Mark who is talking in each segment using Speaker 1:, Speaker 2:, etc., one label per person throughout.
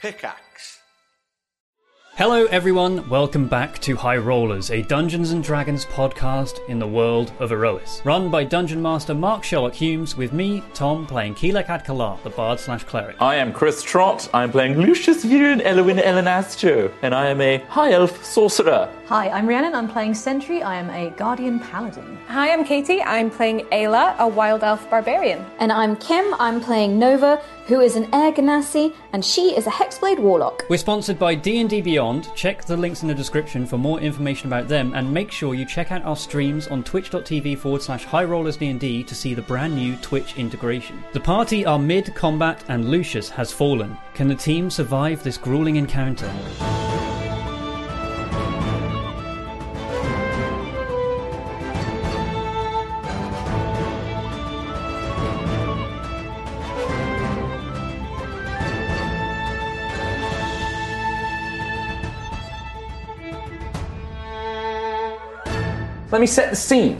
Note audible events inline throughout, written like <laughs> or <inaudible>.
Speaker 1: Pickaxe.
Speaker 2: Hello, everyone. Welcome back to High Rollers, a Dungeons and Dragons podcast in the world of Erois, run by Dungeon Master Mark Sherlock Humes, with me, Tom, playing Keelek Adkalar, the bard slash cleric.
Speaker 3: I am Chris Trott. I'm playing Lucius Viren Elwin Elenastro, and I am a high elf sorcerer.
Speaker 4: Hi, I'm Rhiannon. I'm playing Sentry. I am a Guardian Paladin.
Speaker 5: Hi, I'm Katie. I'm playing Ayla, a wild elf barbarian.
Speaker 6: And I'm Kim. I'm playing Nova, who is an Air Ganassi, and she is a Hexblade Warlock.
Speaker 2: We're sponsored by D&D Beyond. Check the links in the description for more information about them, and make sure you check out our streams on twitch.tv forward slash highrollersdnd to see the brand new Twitch integration. The party are mid-combat, and Lucius has fallen. Can the team survive this grueling encounter?
Speaker 7: Let me set the scene.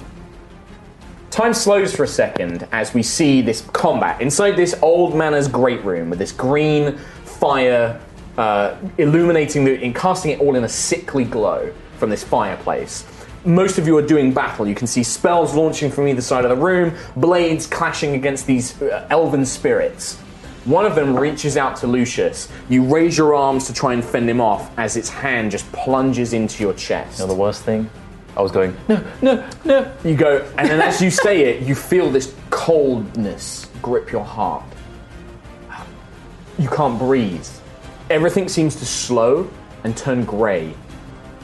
Speaker 7: Time slows for a second as we see this combat inside this old manor's great room with this green fire uh, illuminating the, and casting it all in a sickly glow from this fireplace. Most of you are doing battle. You can see spells launching from either side of the room, blades clashing against these uh, elven spirits. One of them reaches out to Lucius. You raise your arms to try and fend him off as its hand just plunges into your chest.
Speaker 3: You know the worst thing? I was going, no,
Speaker 7: no, no. You go, and then as you say it, you feel this coldness grip your heart. You can't breathe. Everything seems to slow and turn grey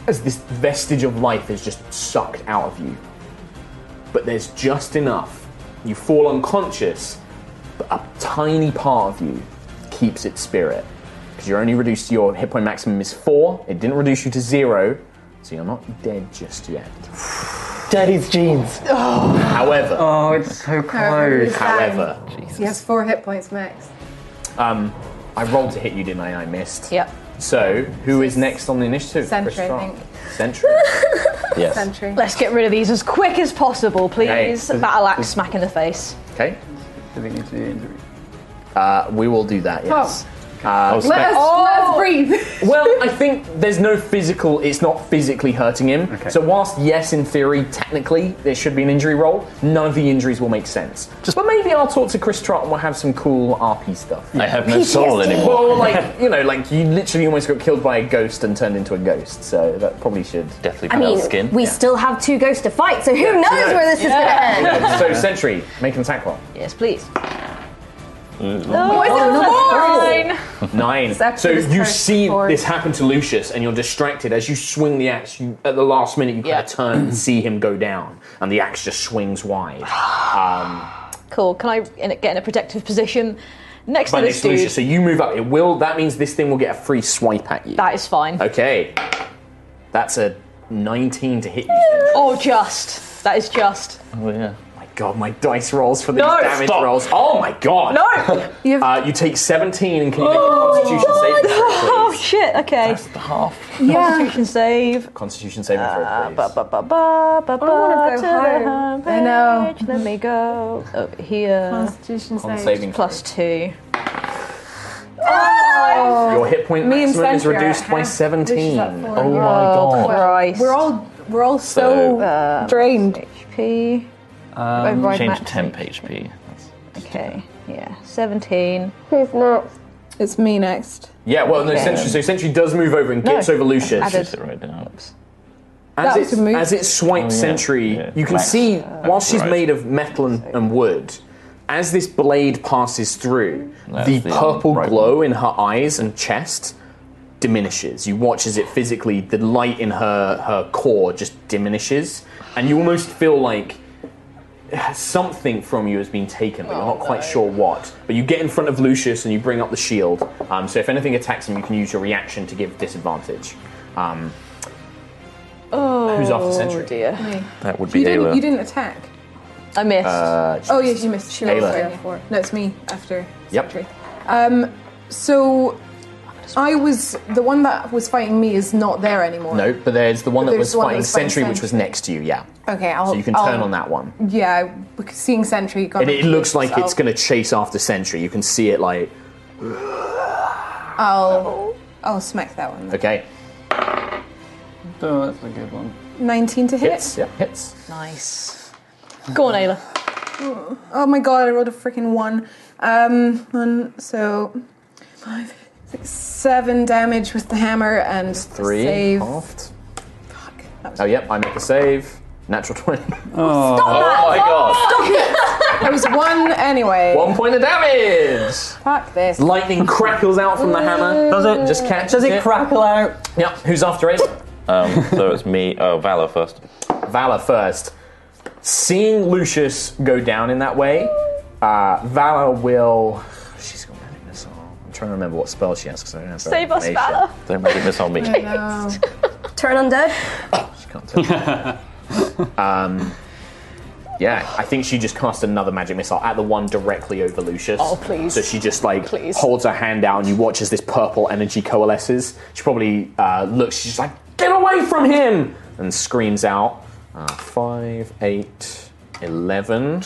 Speaker 7: as this vestige of life is just sucked out of you. But there's just enough. You fall unconscious, but a tiny part of you keeps its spirit. Because you're only reduced to your hit point maximum is four, it didn't reduce you to zero, so you're not dead just yet.
Speaker 8: Daddy's jeans.
Speaker 7: However,
Speaker 8: Oh, it's so close.
Speaker 7: however,
Speaker 9: He has four hit points max.
Speaker 7: um, I rolled to hit you, didn't I? And I missed.
Speaker 4: Yep.
Speaker 7: So, who is next on the initiative?
Speaker 9: Sentry,
Speaker 7: Chris Rock.
Speaker 9: I think. <laughs>
Speaker 7: Sentry.
Speaker 3: yes.
Speaker 9: Sentry.
Speaker 4: Let's get rid of these as quick as possible, please.
Speaker 7: Okay.
Speaker 4: Battle axe smack in the face.
Speaker 7: Okay.
Speaker 8: Do we need to do injury?
Speaker 7: Uh, we will do that. Yes. Uh,
Speaker 9: Let us,
Speaker 4: Oh,
Speaker 9: let's breathe.
Speaker 7: well, I think there's no physical. It's not physically hurting him.
Speaker 8: Okay.
Speaker 7: So, whilst yes, in theory, technically there should be an injury roll, none of the injuries will make sense. Just, but maybe I'll talk to Chris Trott and we'll have some cool RP stuff.
Speaker 3: I have no soul anymore.
Speaker 7: Well, like you know, like you literally almost got killed by a ghost and turned into a ghost. So that probably should.
Speaker 3: Deathly
Speaker 6: I
Speaker 3: pale
Speaker 6: mean,
Speaker 3: skin.
Speaker 6: we still have two ghosts to fight, so who knows where this is going to end?
Speaker 7: so Sentry, make an attack roll.
Speaker 4: Yes, please.
Speaker 9: Oh, it's
Speaker 4: Nine.
Speaker 7: <laughs> Nine. So
Speaker 9: actually his
Speaker 7: you
Speaker 9: current
Speaker 7: see
Speaker 9: sword.
Speaker 7: this happen to Lucius, and you're distracted as you swing the axe. You, at the last minute, you kind
Speaker 4: Yeah.
Speaker 7: of turn and see him go down, and the axe just
Speaker 4: <gasps>
Speaker 7: swings wide. Um,
Speaker 4: Cool. Can I in- get in a protective position next
Speaker 7: but
Speaker 4: to this
Speaker 7: it's
Speaker 4: dude?
Speaker 7: Lucius, so you move up. It will. That means this thing will get a free swipe at you.
Speaker 4: That is fine.
Speaker 7: okay. That's a 19 to hit you. Sentry.
Speaker 4: Or Oh, just. That is just.
Speaker 3: Oh, yeah.
Speaker 7: My God, my dice rolls for these
Speaker 4: No,
Speaker 7: damage
Speaker 4: stop.
Speaker 7: rolls. Oh my God.
Speaker 4: No!
Speaker 9: You have
Speaker 7: Uh, you take 17 and can you make a Constitution save throw,
Speaker 4: oh
Speaker 7: please?
Speaker 4: shit, okay. <laughs>
Speaker 3: Half.
Speaker 9: yeah.
Speaker 4: Constitution save.
Speaker 7: Constitution saving
Speaker 9: Ah,
Speaker 7: throw, please.
Speaker 4: Ba, ba, ba, ba, ba, ba, to
Speaker 9: wanna go
Speaker 4: the
Speaker 9: home. I
Speaker 4: homepage.
Speaker 9: know.
Speaker 4: Let me go over here.
Speaker 9: Constitution
Speaker 7: Con
Speaker 9: save.
Speaker 7: saving
Speaker 4: Plus
Speaker 7: throw.
Speaker 4: two.
Speaker 9: Oh,
Speaker 7: Your hit point
Speaker 9: Me and
Speaker 7: maximum is
Speaker 9: Sentry are
Speaker 7: reduced
Speaker 9: at
Speaker 7: by
Speaker 9: half.
Speaker 7: 17.
Speaker 9: Lucius at four.
Speaker 3: Oh my god.
Speaker 4: Christ.
Speaker 9: We're all we're all so, drained.
Speaker 4: HP. Override
Speaker 3: Change
Speaker 4: max.
Speaker 3: temp HP. That's-
Speaker 4: Okay. Yeah. 17.
Speaker 6: Who's next?
Speaker 9: It's me next.
Speaker 7: Yeah, well, no, Sentry, so Sentry does move over and gets over Lucius.
Speaker 4: Added.
Speaker 3: Is it right now?
Speaker 7: As,
Speaker 9: That
Speaker 7: it,
Speaker 9: was a move.
Speaker 7: as it swipes
Speaker 3: Oh, yeah.
Speaker 7: Sentry,
Speaker 3: Yeah.
Speaker 7: you can
Speaker 3: Max.
Speaker 7: see, while she's
Speaker 3: Right.
Speaker 7: made of metal and, and wood, as this blade passes through, the,
Speaker 3: the, um,
Speaker 7: purple
Speaker 3: right
Speaker 7: glow in her eyes and chest diminishes. You watch as it physically, the light in her, her core just diminishes, and you almost feel like something from you has been taken, but you're
Speaker 9: Oh,
Speaker 7: not quite sure what. But you get in front of Lucius and you bring up the shield. Um, so if anything attacks him, you can use your reaction to give disadvantage. Um, who's after
Speaker 9: Oh,
Speaker 7: Sentry?
Speaker 4: Oh, Dear.
Speaker 3: That would be
Speaker 9: You didn't, you
Speaker 3: Ayla.
Speaker 9: didn't attack.
Speaker 4: I missed.
Speaker 9: Oh yes, you missed. She rolled
Speaker 7: Ayla.
Speaker 9: a four. No, it's me after.
Speaker 7: Yep.
Speaker 9: Sentry. Um, so I was the one that was fighting me is not there anymore.
Speaker 7: No, but there's the one that
Speaker 9: There's
Speaker 7: was
Speaker 9: the one that
Speaker 7: fighting
Speaker 9: was fighting
Speaker 7: Sentry, which
Speaker 9: Sentry.
Speaker 7: was next to you, yeah.
Speaker 9: Okay, I'll.
Speaker 7: So you can
Speaker 9: I'll-
Speaker 7: turn on that one.
Speaker 9: Yeah, because seeing Sentry. Got
Speaker 7: And it looks like it's
Speaker 9: to
Speaker 7: going to chase after Sentry. You can see it like.
Speaker 9: I'll I'll smack that one.
Speaker 7: Okay.
Speaker 2: Oh, that's a good one.
Speaker 9: 19 to hit.
Speaker 7: Hits. Yeah, hits.
Speaker 4: Nice.
Speaker 3: Go on, Ayla.
Speaker 9: Oh my god, I rolled a freaking one. Um, one, so five, six, seven damage with the hammer and
Speaker 7: Three. Oh.
Speaker 9: save.
Speaker 7: Halved.
Speaker 9: Fuck, that was,
Speaker 7: Oh, yep. I make a save. Natural 20.
Speaker 2: Oh,
Speaker 7: Oh my god.
Speaker 9: that was one anyway.
Speaker 7: <laughs> One point of damage.
Speaker 9: Fuck this.
Speaker 3: <laughs>
Speaker 7: Lightning crackles out from the hammer.
Speaker 2: Does it?
Speaker 7: Just catches
Speaker 2: Does it,
Speaker 7: it.
Speaker 2: crackle out?
Speaker 7: Yep. Who's after it?
Speaker 8: Um, so it's me. Oh, Valor first.
Speaker 7: Valor first. Seeing Lucius go down in that way, uh, Valor will. She's got magic missile. I'm trying to remember what spell she has because I don't have. her
Speaker 3: Save us,
Speaker 7: information.
Speaker 3: Valor.
Speaker 8: Don't make it miss on me.
Speaker 9: No.
Speaker 6: Turn undead.
Speaker 7: She can't tell. um, yeah, I think she just cast another magic missile at the one directly over Lucius.
Speaker 3: Oh, please.
Speaker 7: So she just like
Speaker 3: Please.
Speaker 7: holds her hand out, and you watch as this purple energy coalesces. She probably uh, looks. She's just like, "Get away from him!" and screams out. Uh, five, eight, eleven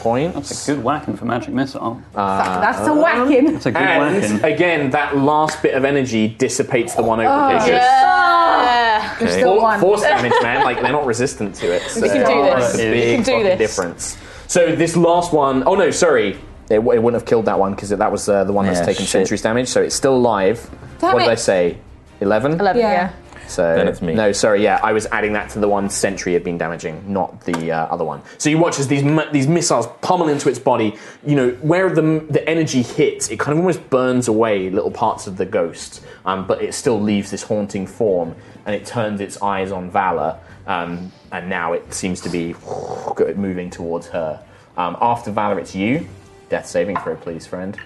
Speaker 7: points.
Speaker 2: That's a good whacking for magic missile.
Speaker 9: Fuck, that's a
Speaker 7: Uh,
Speaker 9: whacking.
Speaker 2: That's a good
Speaker 7: And
Speaker 2: whacking.
Speaker 7: again, that last bit of energy dissipates the one over
Speaker 3: Ah,
Speaker 7: Lucius.
Speaker 9: There's
Speaker 8: Okay.
Speaker 9: still
Speaker 7: For-
Speaker 9: one.
Speaker 7: Force damage, man. Like they're not resistant to it. So. We
Speaker 3: can do this. We can do this.
Speaker 7: Difference. So this last one oh no, sorry. It, w- it wouldn't have killed that one because that was uh, the one that's
Speaker 8: Yeah,
Speaker 7: taken
Speaker 8: shit.
Speaker 7: centuries damage. So it's still alive.
Speaker 9: Damn
Speaker 7: what did
Speaker 9: it.
Speaker 7: I say? Eleven.
Speaker 3: Eleven,
Speaker 9: Yeah.
Speaker 3: yeah.
Speaker 7: So
Speaker 8: Then it's me.
Speaker 7: No, sorry. Yeah, I was adding that to the one Sentry had been damaging, not the uh, other one. So you watch as these mi- these missiles pummel into its body. You know where the the energy hits, it kind of almost burns away little parts of the ghost, um, but it still leaves this haunting form, and it turns its eyes on Valor, um, and now it seems to be <sighs> moving towards her. Um, after Valor, it's you. Death saving throw, please, friend.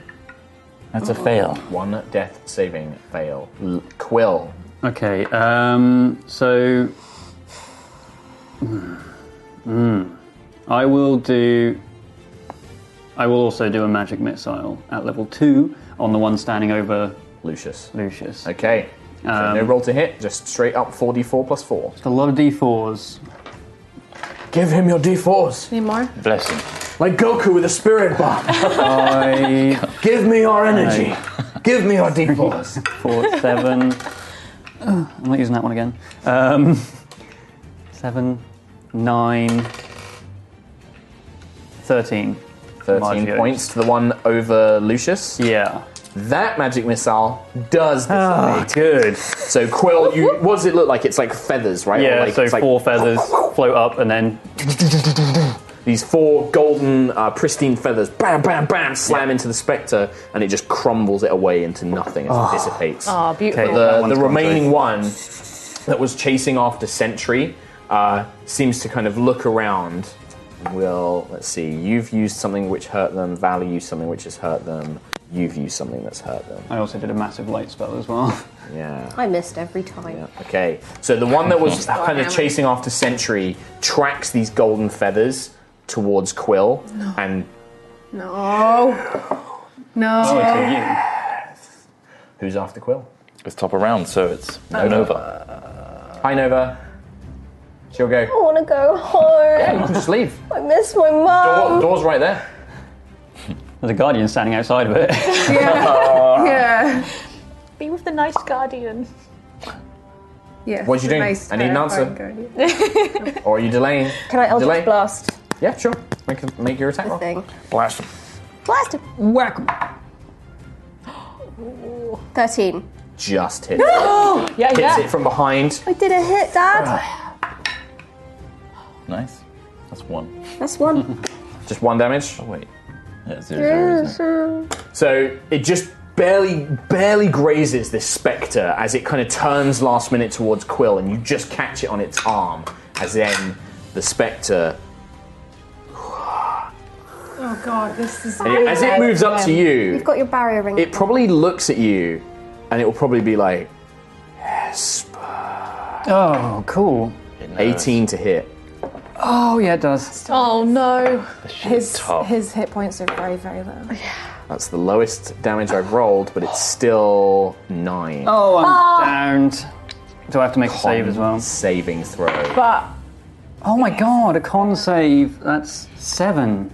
Speaker 8: That's a fail.
Speaker 7: One death saving fail. L- Quill,
Speaker 2: Okay, um, so. Hmm. Hmm. I will do. I will also do a magic missile at level two on the one standing over
Speaker 7: Lucius.
Speaker 2: Lucius.
Speaker 7: Okay. So
Speaker 2: Um,
Speaker 7: no roll to hit, just straight up 4d4 plus 4.
Speaker 2: A lot of d4s.
Speaker 7: Give him your d4s.
Speaker 9: Any more?
Speaker 8: Bless him.
Speaker 7: Like Goku with a spirit bomb.
Speaker 2: <laughs> I
Speaker 7: Give me your energy.
Speaker 2: <laughs>
Speaker 7: Give me your d4s.
Speaker 2: four, seven. I'm not using that one again. Um, seven, nine, thirteen.
Speaker 7: 13
Speaker 2: Margio's.
Speaker 7: points to the one over Lucius.
Speaker 2: Yeah.
Speaker 7: That magic missile does
Speaker 2: Ah,
Speaker 7: dissipate.
Speaker 2: good.
Speaker 7: So Quill, you, what does it look like? It's like feathers, right? Or
Speaker 2: Yeah,
Speaker 7: Oh, like,
Speaker 2: so
Speaker 7: it's like
Speaker 2: four feathers float up and then.
Speaker 7: These four golden, uh, pristine feathers, bam, bam, bam, slam into the spectre, and it just crumbles it away into nothing as it dissipates.
Speaker 3: Oh, beautiful.
Speaker 2: Okay, Ah. that
Speaker 7: the,
Speaker 2: one's
Speaker 7: the
Speaker 2: gone
Speaker 7: remaining one that was chasing after Sentry uh, seems to kind of look around. Will let's see. You've used something which hurt them. Val used something which has hurt them. You've used something that's hurt them.
Speaker 2: I also did a massive light spell as well. <laughs>
Speaker 7: Yeah.
Speaker 6: I missed every time. Oh,
Speaker 7: Okay. So the one that was kind of chasing after Sentry tracks these golden feathers towards Quill and
Speaker 9: No. Oh. No.
Speaker 2: Oh, it's
Speaker 7: who's after Quill?
Speaker 8: It's top of round, so it's Nova.
Speaker 7: Hi Nova. She'll
Speaker 6: I
Speaker 7: go.
Speaker 6: want to go home.
Speaker 7: You can just leave.
Speaker 6: I miss my
Speaker 7: Door,
Speaker 6: mom.
Speaker 7: door's right there.
Speaker 2: you. There's a guardian standing outside of it.
Speaker 7: <laughs>
Speaker 9: Yeah. yeah.
Speaker 3: Be with the nice guardian.
Speaker 9: Yes,
Speaker 7: What you doing?
Speaker 9: nice
Speaker 7: I need an answer.
Speaker 9: terrifying guardian.
Speaker 7: Or are you delaying?
Speaker 6: Can I Eldritch
Speaker 7: Delay.
Speaker 6: Blast
Speaker 7: Yeah, sure. Make, a, make your attack roll.
Speaker 6: thing?
Speaker 8: Blast him.
Speaker 6: Blast him.
Speaker 2: Whack!
Speaker 6: 13.
Speaker 7: Just hits. it.
Speaker 3: Yeah,
Speaker 7: Hits
Speaker 3: yeah.
Speaker 7: it from behind.
Speaker 6: I did a hit, Dad.
Speaker 8: Nice. That's one.
Speaker 6: That's one.
Speaker 7: Just one damage.
Speaker 8: Oh, wait. Yeah, zero, zero, isn't
Speaker 7: So it just barely, barely grazes this spectre as it kind of turns last minute towards Quill, and you just catch it on its arm. As then the spectre,
Speaker 9: Oh god, this is.
Speaker 7: as it moves up to you,
Speaker 6: You've got your barrier ring.
Speaker 7: it probably looks at you, and it will probably be like
Speaker 2: Oh, cool.
Speaker 8: it?
Speaker 7: 18 to hit.
Speaker 2: Oh, yeah, it does.
Speaker 9: Oh no. His
Speaker 8: tough.
Speaker 9: his hit points are very very low.
Speaker 7: That's the lowest damage I've rolled, but it's still nine.
Speaker 2: Oh, I'm downed. Do I have to make a save as well?
Speaker 7: Saving throw.
Speaker 9: But
Speaker 2: Oh my god, a con save. That's seven.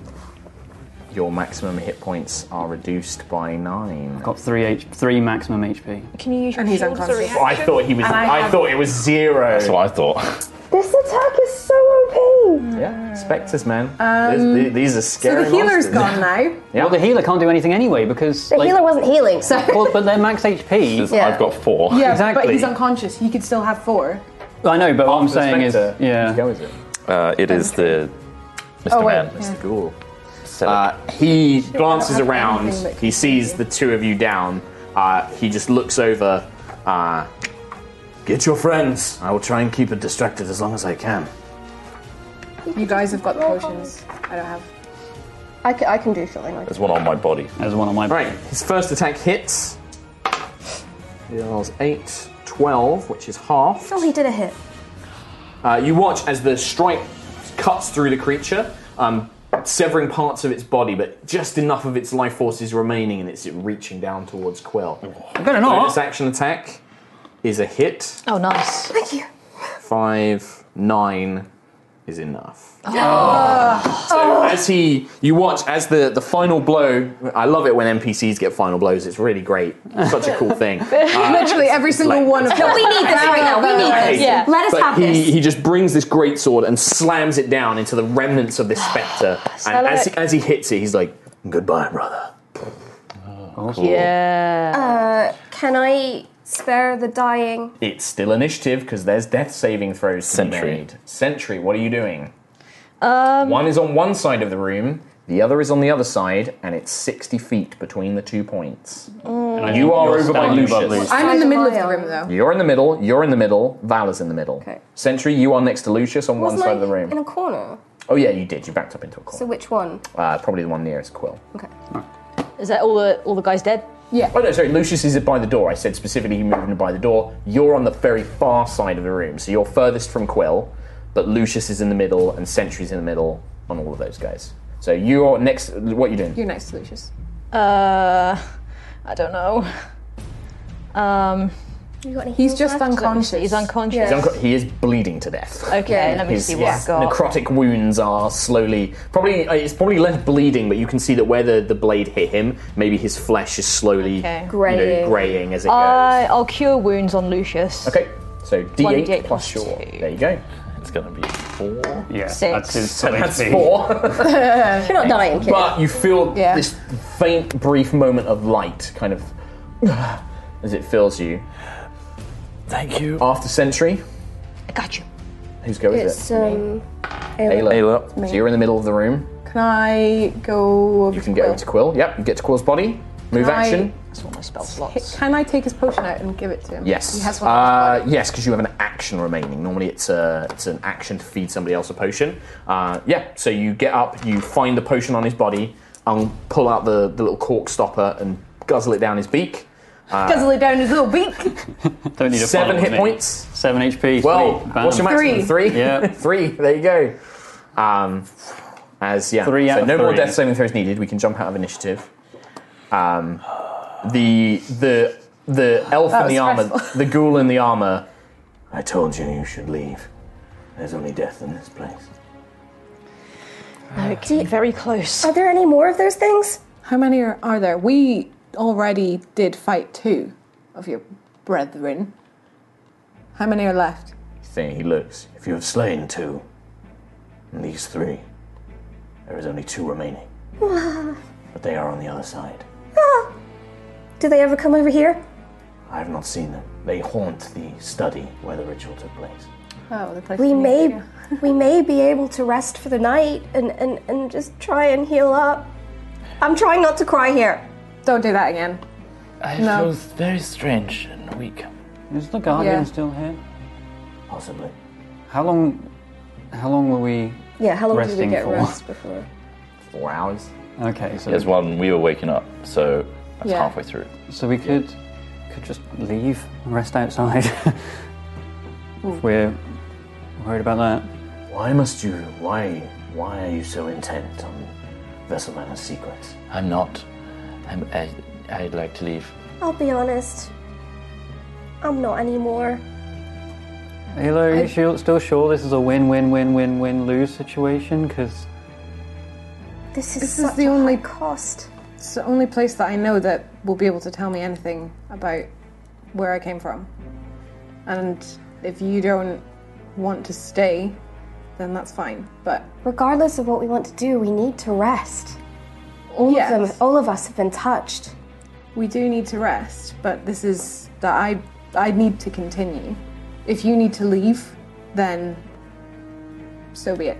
Speaker 7: your maximum hit points are reduced by nine.
Speaker 2: Got three H, three maximum HP.
Speaker 3: Can you use your
Speaker 9: And he's
Speaker 3: shield as a
Speaker 9: unconscious.
Speaker 3: reaction?
Speaker 7: I thought he was.
Speaker 9: And I
Speaker 7: I,
Speaker 9: have-
Speaker 7: thought it was zero.
Speaker 8: That's what I thought.
Speaker 10: This attack is so OP.
Speaker 7: Yeah, specters, man. These- these, these are
Speaker 9: Um, So
Speaker 7: scary.
Speaker 9: the healer's
Speaker 7: monsters.
Speaker 9: gone now.
Speaker 2: Well, the healer can't do anything anyway because
Speaker 6: The
Speaker 2: like,
Speaker 6: healer wasn't healing, so.
Speaker 2: well, but they're max HP.
Speaker 6: Yeah.
Speaker 8: I've got four.
Speaker 9: Yeah,
Speaker 2: Exactly.
Speaker 9: but he's unconscious. He could still have four.
Speaker 2: I know, but what I'm
Speaker 7: <laughs> The
Speaker 2: saying is,
Speaker 7: spectre. Which
Speaker 2: yeah,
Speaker 7: go is it?
Speaker 8: Uh, it is the Mr.
Speaker 9: Oh, wait.
Speaker 8: Man.
Speaker 9: Yeah.
Speaker 7: Ghoul.
Speaker 8: So,
Speaker 7: Uh, he glances
Speaker 9: have
Speaker 7: around.
Speaker 9: anything that
Speaker 7: He sees the two of you down. Uh, he just looks over. Uh, Get your friends. I will try and keep it distracted as long as I can.
Speaker 9: You guys have got the potions. I don't have.
Speaker 6: I can, I can do something like
Speaker 8: there's one on my body.
Speaker 2: there's one on my.
Speaker 7: Right, his first attack hits. He rolls 8, 12, which is half.
Speaker 6: Oh, he did a hit.
Speaker 7: Uh, you watch as the strike cuts through the creature, um, severing parts of its body, but just enough of its life force is remaining and it's reaching down towards Quill.
Speaker 2: Better
Speaker 7: Bonus
Speaker 2: not.
Speaker 7: action attack is a hit.
Speaker 4: Oh, nice.
Speaker 6: Thank you.
Speaker 7: 5, 9 is enough. So as he, you watch as the, the final blow, I love it when NPCs get final blows, it's really great. Such a cool thing. Uh,
Speaker 9: Literally every single
Speaker 7: like-
Speaker 9: one of them.
Speaker 10: We need this right now. We need this.
Speaker 7: Yeah.
Speaker 10: Let us
Speaker 7: But
Speaker 10: have
Speaker 7: he,
Speaker 10: this.
Speaker 7: he just brings this great sword and slams it down into the remnants of this spectre. and as he, as he hits it, he's like, "Goodbye, brother."
Speaker 4: Yeah.
Speaker 6: Uh, can I spare the dying?
Speaker 7: It's still initiative because there's death saving throws to
Speaker 8: Sentry.
Speaker 7: be made. Sentry, what are you doing?
Speaker 4: Um,
Speaker 7: One is on one side of the room, the other is on the other side, and it's sixty feet between the two points. You are over by Lucius.
Speaker 9: I'm in the middle of the
Speaker 6: Miles.
Speaker 9: room though.
Speaker 7: You're in the middle. You're in the middle. Val is in the middle.
Speaker 6: Okay.
Speaker 7: Sentry, you are next to Lucius on one
Speaker 6: Wasn't
Speaker 7: side
Speaker 6: I
Speaker 7: of the room.
Speaker 6: In a corner.
Speaker 7: Oh yeah, you did. You backed up into a
Speaker 6: So
Speaker 7: corner.
Speaker 6: which one?
Speaker 7: uh, probably the one nearest Quill.
Speaker 6: Okay.
Speaker 9: Uh,
Speaker 4: is that all the all the guys dead?
Speaker 7: Oh no, sorry, Lucius is by the door. I said specifically he moved in by the door. You're on the very far side of the room, so you're furthest from Quill, but Lucius is in the middle and Sentry's in the middle on all of those guys. So you're next. What are you doing?
Speaker 9: You're next to Lucius.
Speaker 4: Uh, I don't know. Um,
Speaker 6: You got any
Speaker 9: He's
Speaker 6: heals
Speaker 9: just
Speaker 6: left?
Speaker 9: unconscious.
Speaker 4: he's unconscious.
Speaker 6: Yeah.
Speaker 7: Unco- He is bleeding to death.
Speaker 4: Okay, let me
Speaker 7: His,
Speaker 4: see what
Speaker 7: his
Speaker 4: I've got.
Speaker 7: necrotic wounds are slowly probably uh, it's probably less bleeding, but you can see that where the, the blade hit him, maybe his flesh is slowly
Speaker 4: Okay. Uh,
Speaker 7: you know,
Speaker 6: Graying.
Speaker 7: graying as it
Speaker 4: I I'll cure wounds on Lucius.
Speaker 7: goes. Okay, so D8,
Speaker 4: D8
Speaker 7: plus
Speaker 4: plus
Speaker 7: your.
Speaker 4: two.
Speaker 7: There you go.
Speaker 8: It's going to be four.
Speaker 2: Yeah,
Speaker 4: Six.
Speaker 2: that's his
Speaker 7: So
Speaker 2: full
Speaker 7: that's
Speaker 2: HP.
Speaker 8: <laughs>
Speaker 7: four.
Speaker 6: You're not dying, kid.
Speaker 7: But you feel
Speaker 9: Yeah.
Speaker 7: this faint, brief moment of light, kind of <sighs> as it fills you.
Speaker 8: Thank you.
Speaker 7: After Sentry,
Speaker 4: I got you.
Speaker 7: whose go is
Speaker 6: it's
Speaker 7: it?
Speaker 6: um.
Speaker 7: Ayla.
Speaker 8: Ayla.
Speaker 7: So you're in the middle of the room.
Speaker 9: Can I go? Over
Speaker 7: You can get over to Quill. Yep, you get to Quill's body. Move
Speaker 9: Can I-
Speaker 7: action.
Speaker 4: That's all my spell slots.
Speaker 9: Can I take his potion out and give it to him?
Speaker 7: Yes.
Speaker 9: He has one.
Speaker 7: uh, yes, because you have an action remaining. Normally, it's a, it's an action to feed somebody else a potion. Uh, yeah. So you get up, you find the potion on his body, um, pull out the, the little cork stopper, and guzzle it down his beak.
Speaker 9: Guzzle it down his little beak.
Speaker 2: Don't need a
Speaker 7: Seven
Speaker 2: follow
Speaker 7: hit
Speaker 2: me.
Speaker 7: points.
Speaker 2: Seven HP.
Speaker 7: Well,
Speaker 2: sweet. Bam.
Speaker 7: what's your maximum? Three.
Speaker 2: Yeah.
Speaker 7: <laughs> Three. There you go. Um, as yeah.
Speaker 2: Three out
Speaker 7: so
Speaker 2: of
Speaker 7: no more
Speaker 2: three.
Speaker 7: death saving throws needed. We can jump out of initiative. Um, the the the elf in
Speaker 9: was
Speaker 7: the armor,
Speaker 9: stressful.
Speaker 7: the ghoul in the armor. I told you you should leave. There's only death in this place.
Speaker 4: Okay, very close.
Speaker 6: Are there any more of those things?
Speaker 9: How many are, are there? We already did fight two of your brethren. How many are left?
Speaker 7: Saying he looks. If you have slain two, and these three, there is only two
Speaker 9: <laughs>
Speaker 7: remaining. but they are on the other side.
Speaker 6: Ah. Do they ever come over here?
Speaker 7: I have not seen them. They haunt the study where the ritual took place.
Speaker 9: Oh, the place
Speaker 6: We
Speaker 10: <laughs>
Speaker 6: may, we may be able to rest for the night and, and, and just try and heal up. I'm trying not to cry here.
Speaker 9: Don't do that again.
Speaker 8: I
Speaker 9: No.
Speaker 8: feel very strange and weak.
Speaker 2: Is the guardian
Speaker 9: Yeah.
Speaker 2: still here?
Speaker 7: Possibly.
Speaker 2: How long? How long were we?
Speaker 6: Yeah, how long did
Speaker 2: Resting
Speaker 6: we get
Speaker 2: for-
Speaker 6: rest before?
Speaker 7: Four hours?
Speaker 2: Okay, so
Speaker 8: There's one. We were waking up, so that's
Speaker 9: Yeah.
Speaker 8: halfway through.
Speaker 2: so we could could just leave, and rest outside. <laughs> if we're worried about that.
Speaker 7: Why must you. Why. Why are you so intent on Vesselman's secrets?
Speaker 8: I'm not. I'm, I, I'd like to leave.
Speaker 6: I'll be honest. I'm not anymore.
Speaker 2: Halo, are you sure- still sure this is a win-win-win-win-win-lose situation? Because
Speaker 6: This is
Speaker 9: This is
Speaker 6: such
Speaker 9: the
Speaker 6: a
Speaker 9: only-
Speaker 6: high cost.
Speaker 9: It's the only place that I know that will be able to tell me anything about where I came from. And if you don't want to stay, then that's fine. But
Speaker 6: Regardless of what we want to do, we need to rest. All
Speaker 9: Yes.
Speaker 6: of them, Oh. all of us have been touched.
Speaker 9: we do need to rest. But this is that I I need to continue. If you need to leave, then so be it.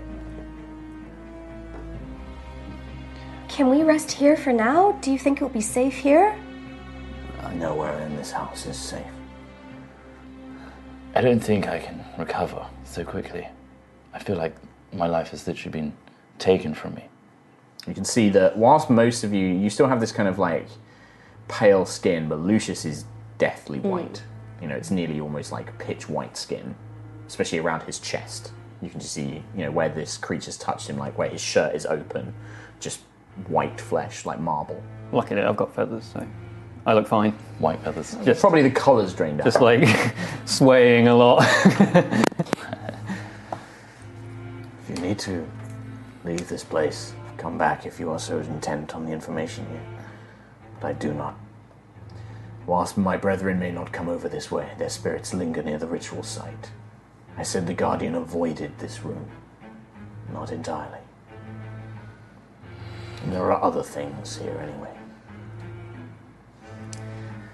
Speaker 6: Can we rest here for now? Do you think it will be safe here?
Speaker 1: Nowhere in this house is safe. I don't think I can recover so quickly. I feel like my life has literally been taken from me.
Speaker 7: You can see that whilst most of you, you still have this kind of like pale skin, but Lucius is deathly white. You know, it's nearly almost like pitch white skin, especially around his chest. You can just see, you know, where this creature's touched him, like where his shirt is open, just white flesh, like marble.
Speaker 2: Luckily, I've got feathers, so I look fine.
Speaker 1: White feathers.
Speaker 7: Just probably the colours drained out.
Speaker 2: Just like <laughs> swaying a lot. <laughs>
Speaker 1: If you need to leave this place, come back if you are so intent on the information here. But I do not. Whilst my brethren may not come over this way, their spirits linger near the ritual site. I said the Guardian avoided this room. Not entirely. And there are other things here anyway.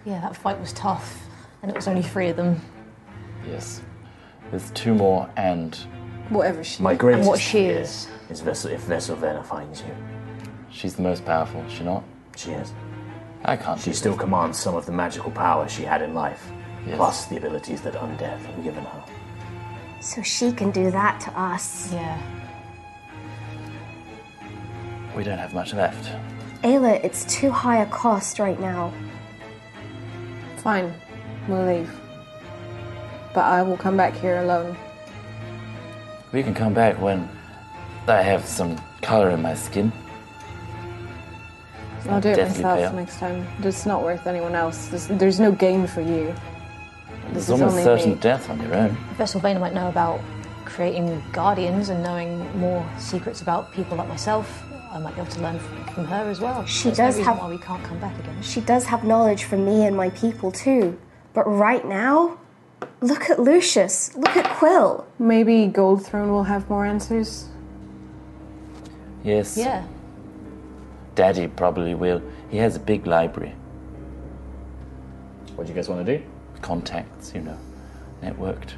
Speaker 4: Yeah, that fight was tough, and it was only three of them.
Speaker 1: Yes. There's two more, and
Speaker 9: Whatever she.
Speaker 1: my greatest
Speaker 4: And what she
Speaker 1: fear
Speaker 4: is.
Speaker 1: is Vessel, if Vessel Venner finds you. She's the most powerful, she not? She is. I can't. She still commands some of the magical power she had in life, plus the abilities that undeath have given her.
Speaker 6: So she can do that to us.
Speaker 4: Yeah.
Speaker 1: We don't have much left.
Speaker 6: Ayla, it's too high a cost right now.
Speaker 9: Fine, we'll leave. But I will come back here alone.
Speaker 1: We can come back when I have some color in my skin.
Speaker 9: I'll do it
Speaker 1: Definitely
Speaker 9: myself
Speaker 1: pay up.
Speaker 9: next time. It's not worth anyone else. There's, there's no gain for you.
Speaker 1: There's
Speaker 9: is
Speaker 1: almost
Speaker 9: only
Speaker 1: certain
Speaker 9: me.
Speaker 1: death on your own.
Speaker 4: Vessel Vane might know about creating guardians and knowing more secrets about people like myself. I might be able to learn f- from her as well.
Speaker 6: She
Speaker 4: There's no
Speaker 6: does
Speaker 4: reason
Speaker 6: have-
Speaker 4: why we can't come back again.
Speaker 6: She does have knowledge from me and my people too. But right now, look at Lucius. Look at Quill.
Speaker 9: Maybe Gold Throne will have more answers.
Speaker 1: Yes.
Speaker 4: Yeah.
Speaker 1: Daddy probably will. He has a big library.
Speaker 7: What do you guys want to do?
Speaker 1: Contacts, you know, networked.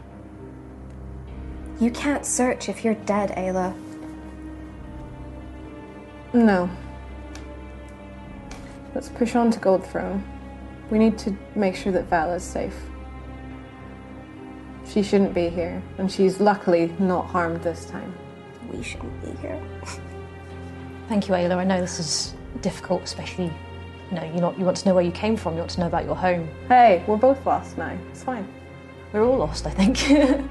Speaker 6: You can't search if you're dead, Ayla.
Speaker 9: No. Let's push on to Gold Throne. We need to make sure that Vala's safe. She shouldn't be here, and she's luckily not harmed this time.
Speaker 6: We shouldn't be here.
Speaker 4: Thank you, Ayla. I know this is difficult, especially you know you not you want to know where you came from. You want to know about your home.
Speaker 9: Hey, we're both lost now. It's fine.
Speaker 4: We're all lost, I think. <laughs>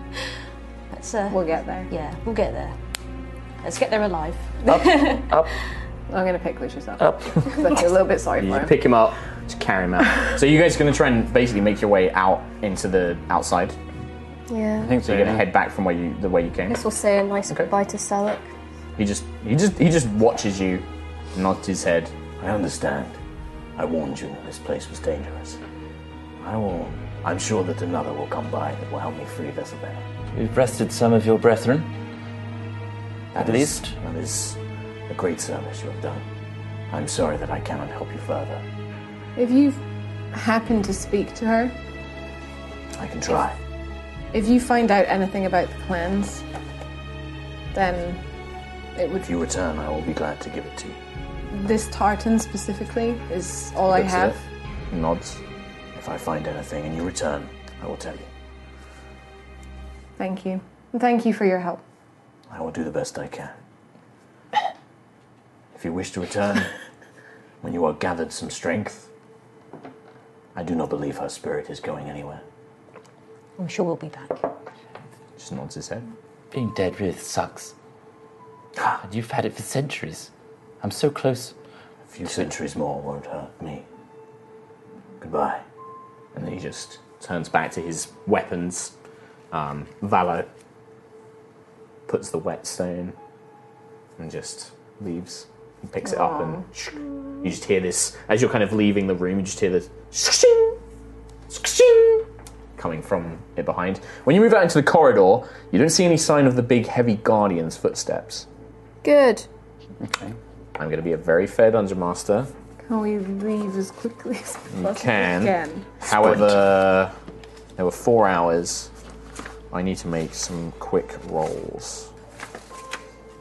Speaker 4: That's uh,
Speaker 9: We'll get there.
Speaker 4: yeah, we'll get there. Let's get there alive.
Speaker 9: I'm gonna pick Lucius up.
Speaker 7: Up.
Speaker 9: 'cause <laughs> I feel a little bit sorry
Speaker 7: You
Speaker 9: for
Speaker 7: just
Speaker 9: him.
Speaker 7: pick him up, just carry
Speaker 1: <laughs>
Speaker 7: him out. so you guys are going to try and basically make your way out into the outside.
Speaker 6: Yeah.
Speaker 7: So you're going to head back from where you the way you came.
Speaker 6: This will say a nice goodbye to Selic.
Speaker 7: He just he just he just watches you, nods his head.
Speaker 1: I understand. I warned you that this place was dangerous. I will. I'm sure that another will come by that will help me free Veselbear. We've rested some of your brethren. At least. That is a great service you have done. I'm sorry that I cannot help you further.
Speaker 9: If you happen to speak to her,
Speaker 1: I can try.
Speaker 9: If you find out anything about the clans, then it would.
Speaker 1: If you return, I will be glad to give it to you.
Speaker 9: This tartan specifically is all I
Speaker 7: That's
Speaker 9: have.
Speaker 7: it. Nods.
Speaker 1: If I find anything and you return, I will tell you.
Speaker 9: Thank you. And Thank you for your help.
Speaker 1: I will do the best I
Speaker 9: <laughs>
Speaker 1: can. If you wish to
Speaker 9: <laughs>
Speaker 1: return, when you are gathered some strength, I do not believe her spirit is going anywhere.
Speaker 4: I'm sure we'll be back.
Speaker 7: Just nods his head.
Speaker 1: Being dead really sucks. You've had it for centuries. I'm so close. A few centuries more won't hurt me. Goodbye.
Speaker 7: And then he just turns back to his weapons. Um, Valor puts the whetstone and just leaves. and picks it up, and you just hear this as you're kind of leaving the room. You just hear this skshing, skshing coming from it behind. When you move out into the corridor, you don't see any sign of the big, heavy guardian's footsteps.
Speaker 9: Good.
Speaker 7: I'm going to be a very fair dungeon master.
Speaker 9: Can we leave as quickly as possible?
Speaker 7: You can.
Speaker 9: Again?
Speaker 7: However, there were four hours. I need to make some quick rolls.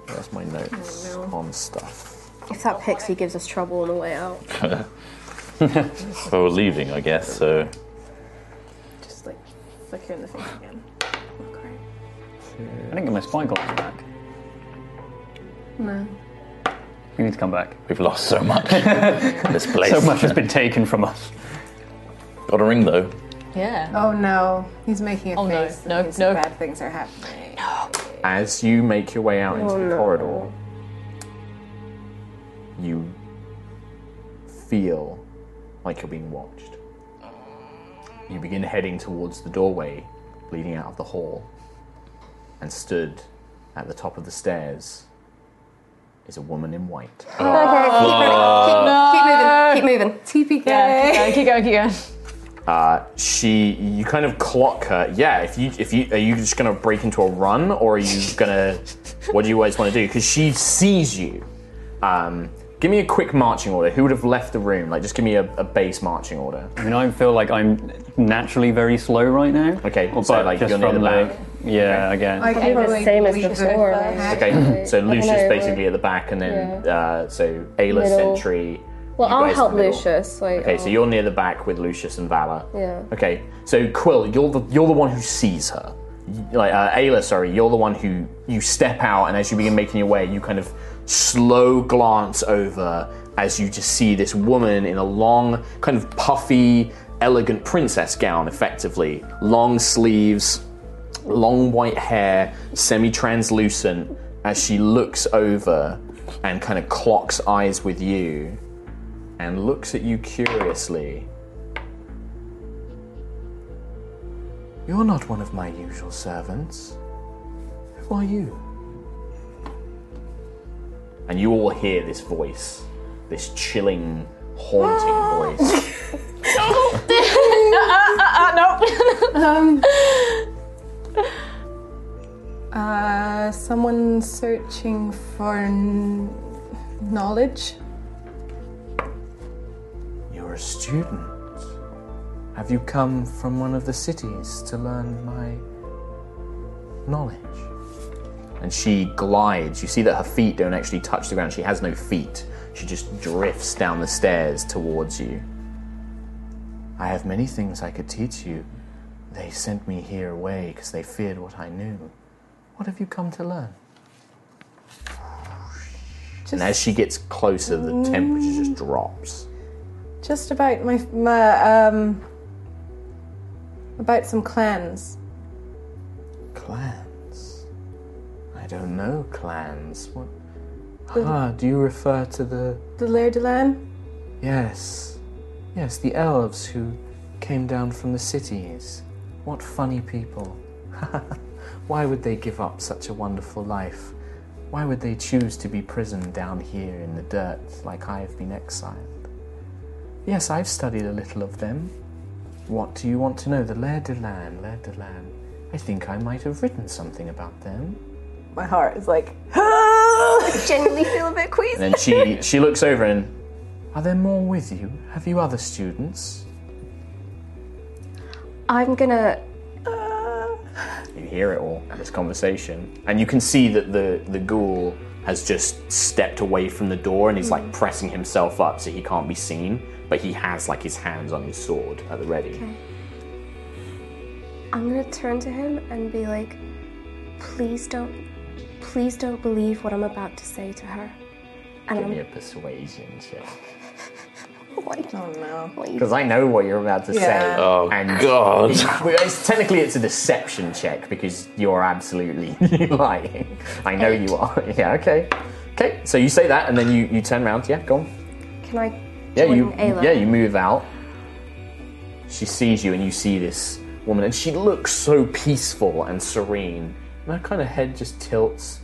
Speaker 7: Where's my notes
Speaker 6: Oh, no.
Speaker 7: on stuff?
Speaker 6: If that pixie gives us trouble on the way out,
Speaker 8: Well, we're leaving, I guess, so.
Speaker 9: Just like flick her in the face again.
Speaker 2: I didn't get my spy glass back.
Speaker 9: No.
Speaker 2: We need to come back.
Speaker 8: We've lost so much.
Speaker 3: <laughs>
Speaker 8: this place.
Speaker 2: So much has been taken from us.
Speaker 8: Got a ring, though.
Speaker 9: Yeah. Oh no, he's making a face. that means Bad things are happening.
Speaker 7: As you make your way out into
Speaker 9: Oh,
Speaker 7: the
Speaker 9: no.
Speaker 7: corridor, you feel like you're being watched. You begin heading towards the doorway leading out of the hall, and stood at the top of the stairs is a woman in white.
Speaker 6: Okay, keep moving.
Speaker 9: Keep moving. Keep moving. TPK.
Speaker 4: keep going, keep going.
Speaker 7: Uh, she, you kind of clock her. Yeah, if you, if you, are you just gonna break into a run, or are you gonna, what do you guys want to do? Because she sees you. Um, give me a quick marching order. Who would have left the room? Like, just give me a, a base marching order.
Speaker 2: I mean, I feel like I'm naturally very slow right now.
Speaker 7: Okay,
Speaker 2: or,
Speaker 7: so,
Speaker 2: but
Speaker 7: like,
Speaker 2: just
Speaker 7: you're near
Speaker 2: from
Speaker 7: the back.
Speaker 2: Yeah, again.
Speaker 9: I
Speaker 6: Probably
Speaker 9: can
Speaker 6: the
Speaker 9: probably
Speaker 6: same as
Speaker 9: leave her
Speaker 6: before,
Speaker 9: first.
Speaker 6: right?
Speaker 7: Okay, so
Speaker 6: I don't know,
Speaker 7: Lucia's
Speaker 6: like-
Speaker 7: basically at the back, and then uh, so Ayla,
Speaker 10: Middle.
Speaker 7: Sentry.
Speaker 10: Well,
Speaker 7: you
Speaker 10: I'll
Speaker 7: guys
Speaker 10: help
Speaker 7: in the middle.
Speaker 10: Lucius. Like,
Speaker 7: Okay,
Speaker 10: I'll-
Speaker 7: so you're near the back with Lucius and Valor.
Speaker 10: Yeah.
Speaker 7: Okay, so Quill, you're the you're the one who sees her. You- Like uh, Ayla, sorry, you're the one who you step out, and as you begin making your way, you kind of slow glance over as you just see this woman in a long, kind of puffy, elegant princess gown, effectively long sleeves, long white hair, semi-translucent. As she looks over and kind of clocks eyes with you, and looks at you curiously. You're not one of my usual servants. Who are you? And you all hear this voice, this chilling, haunting voice.
Speaker 4: <laughs>
Speaker 9: Um. <laughs> Uh, someone searching for n- knowledge.
Speaker 1: You're a student. Have you come from one of the cities to learn my
Speaker 7: Knowledge. And she glides. You see that her feet don't actually touch the ground. She has no feet. She just drifts down the stairs towards you.
Speaker 1: I have many things I could teach you. They sent me here away because they feared what I knew. What have you come to learn?
Speaker 7: and as she gets closer, the temperature just drops.
Speaker 9: Just about my, my um. About some clans.
Speaker 1: Clans? I don't know clans. What? Ah, do you refer to the.
Speaker 9: The Lair de Lan?
Speaker 1: Yes. Yes, the elves who came down from the cities. What funny people. <laughs> Why would they give up such a wonderful life? Why would they choose to be prisoned down here in the dirt like I have been exiled? Yes, I've studied a little of them. What do you want to know? The Lair de Lan, Lair de Lan. I think I might have written something about them.
Speaker 9: My heart is like. <laughs> oh
Speaker 6: I genuinely feel a bit queasy.
Speaker 7: And then she, she looks over and
Speaker 1: Are there more with you? Have you other students?
Speaker 6: I'm gonna.
Speaker 7: You hear it all, this conversation. And you can see that the, the ghoul has just stepped away from the door and is like pressing himself up so he can't be seen, but he has like his hands on his sword at the ready.
Speaker 6: I'm gonna turn to him and be like, please don't, please don't believe what I'm about to say to her. And
Speaker 7: Give me
Speaker 6: I'm
Speaker 7: a persuasion check.
Speaker 6: like,
Speaker 9: Oh no.
Speaker 7: Because I know what you're about to say.
Speaker 9: Yeah.
Speaker 8: Oh,
Speaker 7: and
Speaker 8: God.
Speaker 7: Well, it's, technically, it's a deception check because you're absolutely <laughs> lying. I know you are. <laughs> Yeah, okay. Okay, so you say that and then you, you turn around. Yeah, go on.
Speaker 6: can I?
Speaker 7: Yeah,
Speaker 6: join
Speaker 7: you
Speaker 6: Ayla?
Speaker 7: yeah you move out. She sees you, and you see this woman, and she looks so peaceful and serene. And her kind of head just tilts.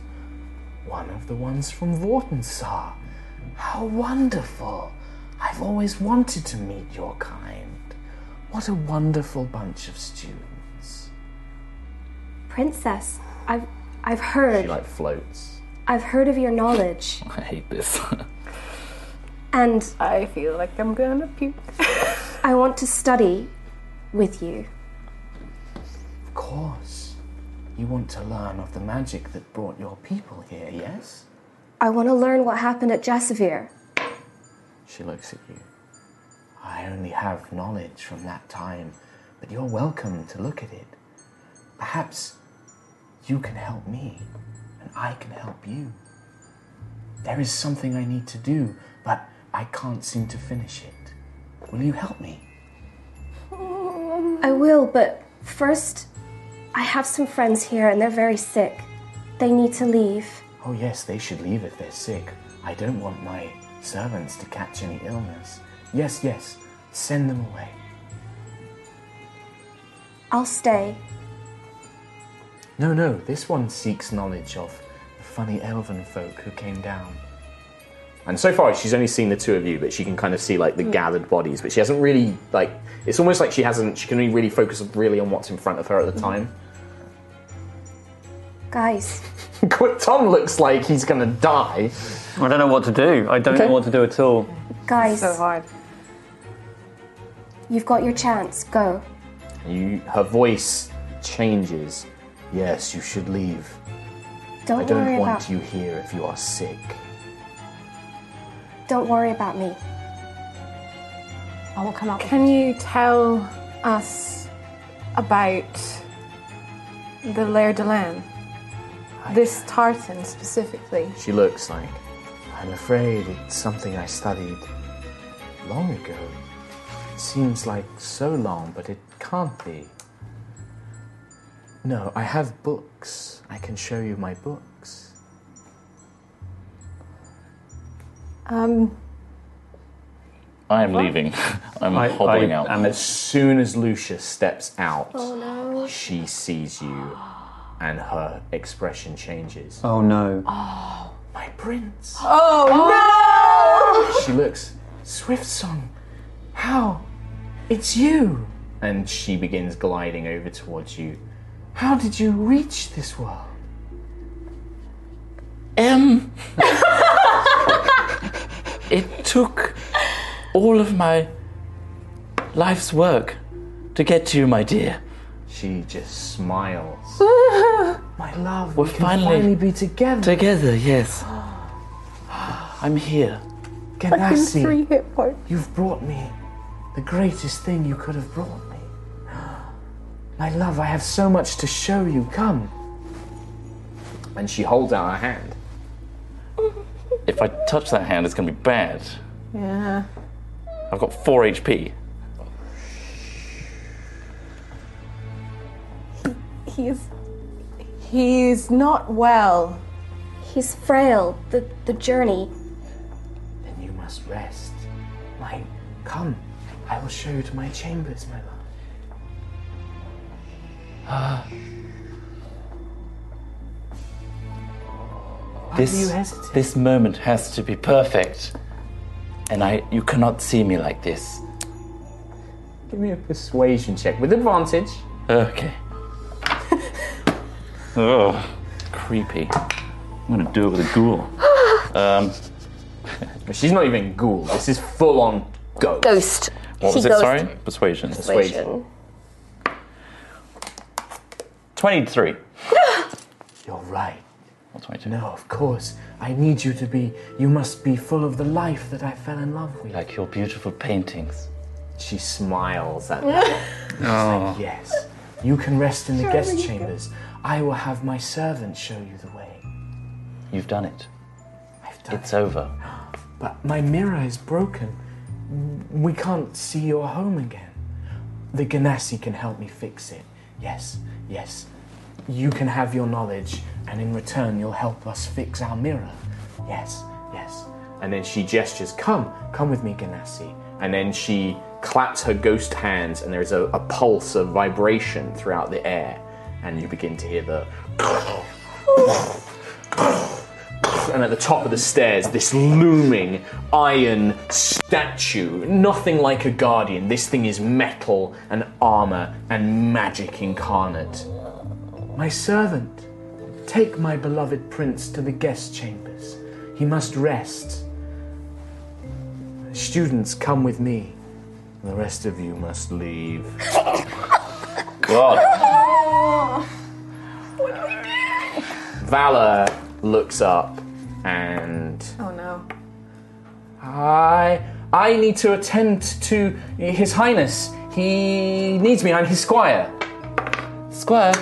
Speaker 1: One of the ones from Vortensar.
Speaker 7: How wonderful! I've always wanted to meet your kind. What a wonderful bunch of students.
Speaker 6: Princess, I've I've heard
Speaker 3: She like floats.
Speaker 6: I've heard of your knowledge,
Speaker 3: <laughs> I hate this.
Speaker 6: and
Speaker 9: I feel like I'm gonna puke.
Speaker 6: I want to study with you.
Speaker 7: Of course. You want to learn of the magic that brought your people here, yes?
Speaker 6: I want to learn what happened at Jasavir.
Speaker 7: She looks at you. I only have knowledge from that time, but you're welcome to look at it. Perhaps you can help me, and I can help you. There is something I need to do, but I can't seem to finish it. Will you help me?
Speaker 6: I will, but first, I have some friends here and they're very sick. They need to leave.
Speaker 7: Oh, yes, they should leave if they're sick. I don't want my servants to catch any illness. Yes, yes, send them away.
Speaker 6: I'll stay.
Speaker 7: No, no, this one seeks knowledge of the funny elven folk who came down.
Speaker 1: And so far, she's only seen the two of you, but she can kind of see like the gathered bodies. But she hasn't really like. It's almost like she hasn't. She can only really focus really on what's in front of her at the
Speaker 7: <laughs>
Speaker 1: time.
Speaker 6: Guys,
Speaker 1: Quick, Tom looks like he's gonna die.
Speaker 2: I don't know what to do. I don't know what to do at all.
Speaker 6: guys,
Speaker 9: So hard.
Speaker 6: you've got your chance. Go.
Speaker 1: You, her voice changes.
Speaker 7: Yes, you should leave.
Speaker 6: Don't,
Speaker 7: I don't
Speaker 6: worry
Speaker 7: want
Speaker 6: about
Speaker 7: you here if you are sick.
Speaker 6: Don't worry about me.
Speaker 4: I will come up.
Speaker 9: Can you tell us about the Lair de Lan? This tartan specifically.
Speaker 7: She looks like. I'm afraid it's something I studied long ago. It seems like so long, but it can't be. No, I have books. I can show you my books.
Speaker 9: Um,
Speaker 3: I am leaving. <laughs> I'm
Speaker 2: I-
Speaker 3: hobbling
Speaker 2: I
Speaker 3: out.
Speaker 2: am-
Speaker 1: As soon as Lucia steps out, she sees you, and her expression changes.
Speaker 2: Oh no.
Speaker 7: My prince.
Speaker 9: oh
Speaker 7: She looks. Swift Song, how? It's you.
Speaker 1: And she begins gliding over towards you.
Speaker 7: How did you reach this world?
Speaker 3: Um, it took all of my life's work to get to you, my dear.
Speaker 1: She just smiles.
Speaker 7: My love,
Speaker 3: We're
Speaker 7: we can finally,
Speaker 3: finally
Speaker 7: be together.
Speaker 3: Together, yes. <sighs> I'm here.
Speaker 7: Ganassi,
Speaker 9: three hit points.
Speaker 7: you've brought me the greatest thing you could have brought me. <gasps> My love, I have so much to show you. Come.
Speaker 1: And she holds out her hand.
Speaker 3: If I touch that hand, it's gonna be bad.
Speaker 9: Yeah.
Speaker 3: I've got 4 HP.
Speaker 9: He's he's not well.
Speaker 6: He's frail. The the <laughs> journey.
Speaker 7: Then you must rest. My, come. I will show you to my chambers, my love. Ah. do you
Speaker 3: This,
Speaker 7: hesitate?
Speaker 3: this moment has to be perfect. And I, you cannot see me like this.
Speaker 1: Give me a persuasion check with advantage.
Speaker 3: Okay. Ugh, creepy. I'm gonna do it with a ghoul. Um,
Speaker 1: But she's not even ghoul. This is full on ghost.
Speaker 11: Ghost.
Speaker 3: what was
Speaker 11: she
Speaker 3: it?
Speaker 11: goes.
Speaker 3: Sorry, persuasion.
Speaker 1: Persuasion.
Speaker 3: Twenty-three.
Speaker 7: You're right.
Speaker 3: Or twenty-two.
Speaker 7: No, of course. I need you to be. You must be full of the life that I fell in love with.
Speaker 3: Like your beautiful paintings.
Speaker 1: She smiles at that.
Speaker 7: Yes. You can rest in the guest chambers. I will have my servant show you the way.
Speaker 3: You've done it.
Speaker 7: I've done
Speaker 3: It's over.
Speaker 7: But my mirror is broken. We can't see your home again. The Ganassi can help me fix it. Yes, yes. You can have your knowledge, and in return, you'll help us fix our mirror. Yes, yes.
Speaker 1: And then she gestures,
Speaker 7: Come, come with me, Ganassi.
Speaker 1: and then she claps her ghost hands, and there is a, a pulse of vibration throughout the air, and you begin to hear the.
Speaker 7: and at the top of the stairs, this looming iron statue. Nothing like a guardian. This thing is metal and armor and magic incarnate. My servant, take my beloved prince to the guest chambers. He must rest. Students, come with me. The rest of you must leave. God. Valor looks up and
Speaker 9: Oh no.
Speaker 7: I I need to attend to His Highness. He needs me. I'm his squire.
Speaker 8: Squire,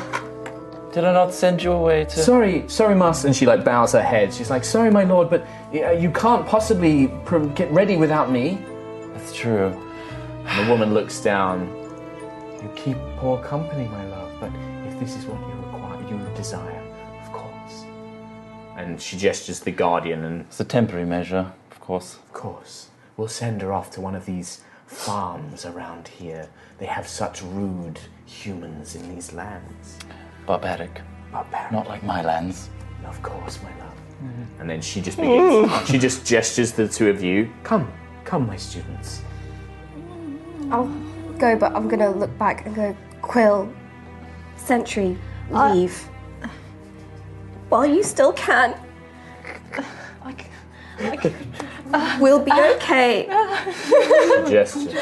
Speaker 8: did I not send you away to?
Speaker 7: Sorry, sorry, master. And she like bows her head. She's like, sorry, my lord, but uh, you can't possibly pr- get ready without me.
Speaker 8: That's true.
Speaker 7: And the woman looks down. You keep poor company, my love. But if this is what you require, you desire, of course. And she gestures the guardian and
Speaker 8: It's a temporary measure, of course.
Speaker 7: Of course. We'll send her off to one of these farms around here. They have such rude humans in these lands.
Speaker 8: Barbaric.
Speaker 7: Barbaric.
Speaker 8: Not like Mm-hmm. my lands.
Speaker 7: Of course, my love. And then she just begins. she just gestures the two of you. Come, come, my students.
Speaker 6: I'll go, but I'm gonna look back and go, Quill, Sentry, leave. While you still can. <laughs> we'll be okay.
Speaker 7: Gestures.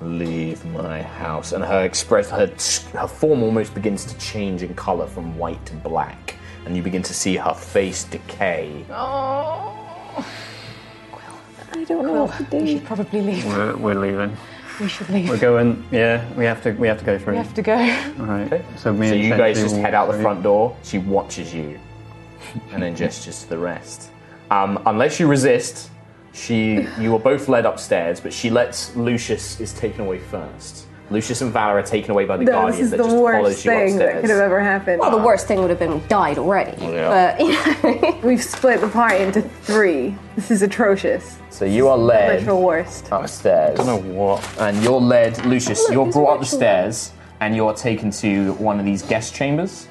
Speaker 7: Leave my house. And her express, her her form almost begins to change in color from white to black, and you begin to see her face decay.
Speaker 6: I don't know what to do.
Speaker 4: should probably leave.
Speaker 2: We're, we're leaving.
Speaker 4: We should leave.
Speaker 2: We're going. Yeah, we have to. We have to go through.
Speaker 4: We have to go.
Speaker 2: All right. So me
Speaker 7: So
Speaker 2: and
Speaker 7: you guys
Speaker 2: Sentry
Speaker 7: just
Speaker 2: will
Speaker 7: head out the
Speaker 2: go.
Speaker 7: front door. She watches you, and then gestures to the rest. Um, unless you resist, she you are both led upstairs, but she lets Lucius is taken away first. Lucius and Valor are taken away by the
Speaker 9: No, this
Speaker 7: guardians
Speaker 9: is
Speaker 7: that
Speaker 9: the
Speaker 7: just follows
Speaker 9: worst
Speaker 7: you
Speaker 9: thing that
Speaker 7: upstairs.
Speaker 9: could have ever happened.
Speaker 6: Well, the worst thing would have been we died already.
Speaker 7: Yeah.
Speaker 6: But, you know.
Speaker 9: We've split the party into three. This is atrocious.
Speaker 7: so you are led
Speaker 9: Literal worst.
Speaker 7: upstairs.
Speaker 8: I don't know what.
Speaker 7: and you're led, Lucius, you're brought upstairs and you're taken to one of these guest chambers.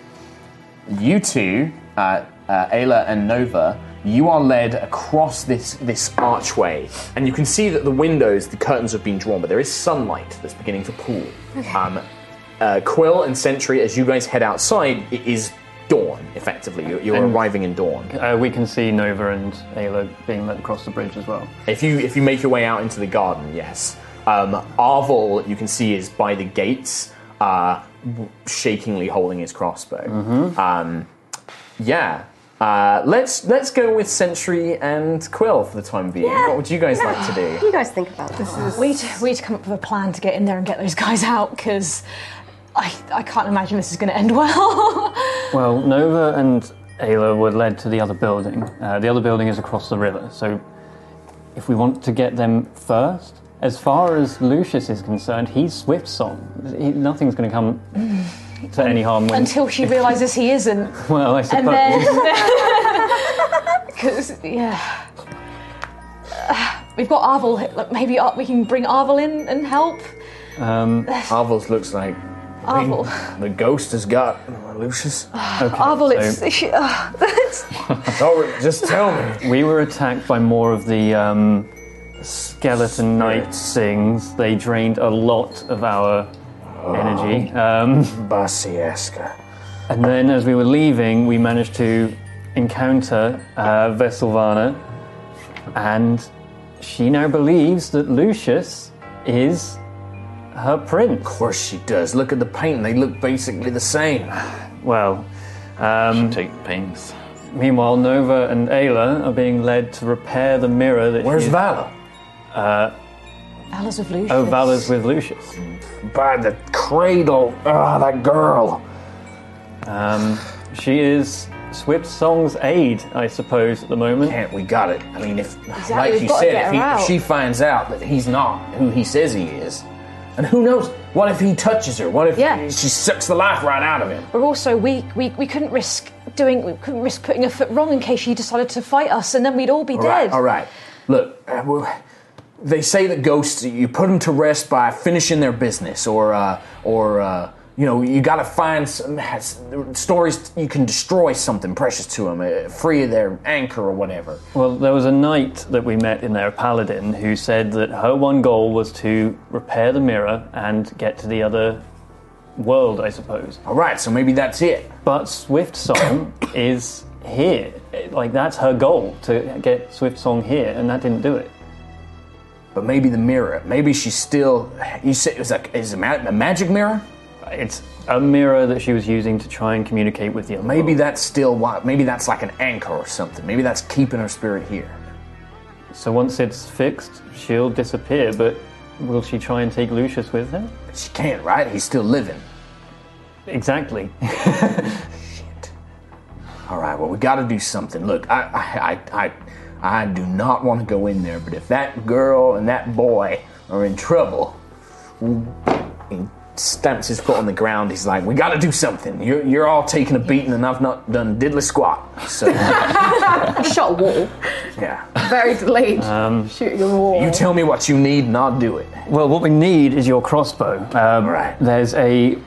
Speaker 7: You two, uh, uh, Ayla and Nova, you are led across this, this archway, and you can see that the windows, the curtains have been drawn, but there is sunlight that's beginning to pool. Um, uh, Quill and Sentry, as you guys head outside, it is dawn, effectively. You're, you're
Speaker 2: And-
Speaker 7: arriving in dawn.
Speaker 2: Uh, we can see Nova and Ayla being let across the bridge as well.
Speaker 7: If you if you make your way out into the garden, yes. Um, Arvel, you can see, is by the gates, uh, w- shakingly holding his crossbow.
Speaker 1: Mm-hmm.
Speaker 7: Um, yeah. Uh, let's let's go with Sentry and Quill for the time being.
Speaker 6: Yeah.
Speaker 7: What would you guys like to
Speaker 6: <laughs>
Speaker 7: do?
Speaker 6: You guys think about this.
Speaker 4: We need, to, we need to come up with a plan to get in there and get those guys out because I, I can't imagine this is going to end well. <laughs>
Speaker 2: Well, Nova and Ayla were led to the other building. Uh, the other building is across the river, so if we want to get them first, as far as Lucius is concerned, he's Swift Song. He, nothing's going to come to any harm. When,
Speaker 4: Until she realizes he isn't.
Speaker 2: well, I suppose.
Speaker 4: And then. <laughs> Because, yeah. Uh, We've got Arvel. here. Look, maybe Ar- we can bring Arvel in and help.
Speaker 2: um,
Speaker 7: Arvel's looks like
Speaker 4: Arvel.
Speaker 7: the ghost has got Lucius.
Speaker 2: okay,
Speaker 4: Arvel,
Speaker 2: so-
Speaker 4: Oh, it's. <laughs> She, uh, it's
Speaker 7: Oh, just tell
Speaker 2: <laughs>
Speaker 7: me.
Speaker 2: We were attacked by more of the um, skeleton knight things. They drained a lot of our energy. Um,
Speaker 1: Basieska.
Speaker 2: and then as we were leaving, we managed to encounter uh, Veselvana, and she now believes that Lucius is her prince.
Speaker 1: Of course she does. Look at the paint. They look basically the same.
Speaker 2: Well, um,
Speaker 8: Take pains.
Speaker 2: meanwhile, Nova and Ayla are being led to repair the mirror that
Speaker 1: Where's
Speaker 2: she's-
Speaker 1: Valor?
Speaker 4: Valor's with Lucius.
Speaker 2: Oh, Valor's with Lucius.
Speaker 1: By the cradle. Ah, that girl.
Speaker 2: Um, she is Swift Song's aide, I suppose, at the moment.
Speaker 1: Can't we got it? I mean, if like
Speaker 4: we've
Speaker 1: you
Speaker 4: gotta
Speaker 1: said,
Speaker 4: get
Speaker 1: if, he,
Speaker 4: her
Speaker 1: if
Speaker 4: out.
Speaker 1: she finds out that he's not who he says he is, and who knows? What if he touches her? What if
Speaker 4: Yeah.
Speaker 1: she sucks the life right out of him?
Speaker 4: We're also weak. We, we couldn't risk doing. We couldn't risk putting a foot wrong in case she decided to fight us, and then we'd all be
Speaker 1: All right,
Speaker 4: dead.
Speaker 1: all right. Look, uh, well, they say that ghosts you put them to rest by finishing their business or uh, or uh, you know, you gotta find some has, stories you can destroy something precious to them, uh, free their anchor or whatever.
Speaker 2: Well, there was a knight that we met in there, a paladin, who said that her one goal was to repair the mirror and get to the other world, I suppose.
Speaker 1: All right, so maybe that's it.
Speaker 2: But Swift Song is here. It- Like, that's her goal, to get Swift Song here, and that didn't do it.
Speaker 1: But maybe the mirror. Maybe she's still. You said it was like is it ma- a magic mirror?
Speaker 2: It's a mirror that she was using to try and communicate with the other.
Speaker 1: Maybe that's still why. Maybe that's like an anchor or something. Maybe that's keeping her spirit here.
Speaker 2: So once it's fixed, she'll disappear, but will she try and take Lucius with her?
Speaker 1: She can't, right? He's still living.
Speaker 2: Exactly.
Speaker 1: All right. Well, we got to do something. Look, I, I, I, I, I do not want to go in there. But if that girl and that boy are in trouble, he stamps his foot on the ground. He's like, "We got to do something. You're, you're all taking a beating, and I've not done diddly squat." So,
Speaker 9: <laughs> Shot a wall.
Speaker 1: yeah.
Speaker 9: Very delayed.
Speaker 2: Um,
Speaker 9: Shooting a wall.
Speaker 1: You tell me what you need, and I'll do it.
Speaker 2: Well, what we need is your crossbow. Um, right. There's a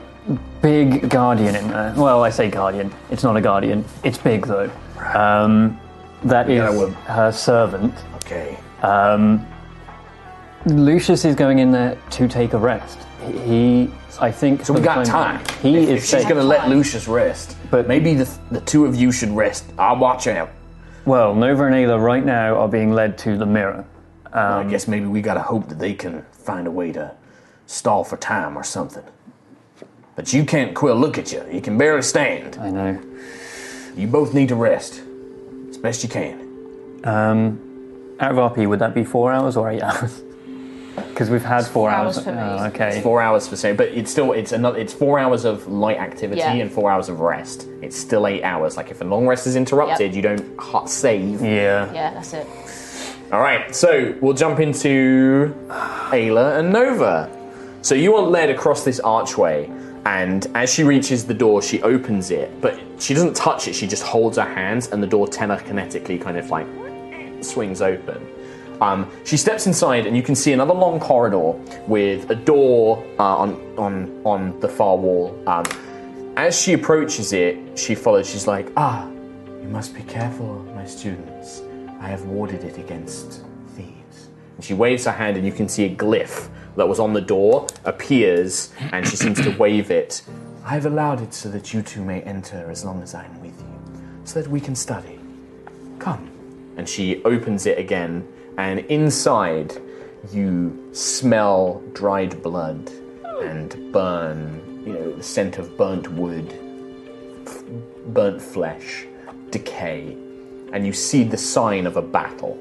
Speaker 2: big guardian in there. Well, I say guardian. It's not a guardian. It's big though. Um, that is her servant.
Speaker 1: Okay.
Speaker 2: Um, Lucius is going in there to take a rest. He, I think.
Speaker 1: So we
Speaker 2: for the
Speaker 1: got time.
Speaker 2: time He
Speaker 1: If-
Speaker 2: is.
Speaker 1: if she's
Speaker 2: safe.
Speaker 1: gonna let Lucius rest. But
Speaker 2: maybe
Speaker 1: the the two of you should rest. I'll watch out.
Speaker 2: Well, Nova and Ayla right now are being led to the mirror.
Speaker 1: I
Speaker 7: Um,
Speaker 1: guess maybe we gotta hope that they can find a way to stall for time or something. But you can't, Quill. Look at you. You can barely stand.
Speaker 2: I know.
Speaker 1: You both need to rest as best you can.
Speaker 2: Um, out of RP, would that be four hours or eight hours? <laughs> Because we've had four, hours. Oh, okay.
Speaker 7: It's four hours for same, but it's still it's another it's four hours of light activity
Speaker 2: Yeah.
Speaker 7: and four hours of rest. It's still eight hours. Like if a long rest is
Speaker 4: Yep.
Speaker 7: interrupted, you don't hot save.
Speaker 2: Yeah.
Speaker 4: Yeah, that's it.
Speaker 7: All right, so we'll jump into Ayla and Nova. So you are led across this archway, and as she reaches the door, she opens it, but she doesn't touch it. She just holds her hands, and the door telekinetically kind of like swings open. Um, she steps inside, and you can see another long corridor with a door uh, on on on the far wall. Um, as she approaches it, she follows. She's like,
Speaker 1: Ah, you must be careful, my students. I have warded it against thieves.
Speaker 7: And she waves her hand, and you can see a glyph that was on the door appears, and she seems to wave it.
Speaker 1: I've allowed it so that you two may enter as long as I'm with you, so that we can study.
Speaker 7: And she opens it again, and inside you smell dried blood and burn, you know, the scent of burnt wood, f- burnt flesh, decay, and you see the sign of a battle.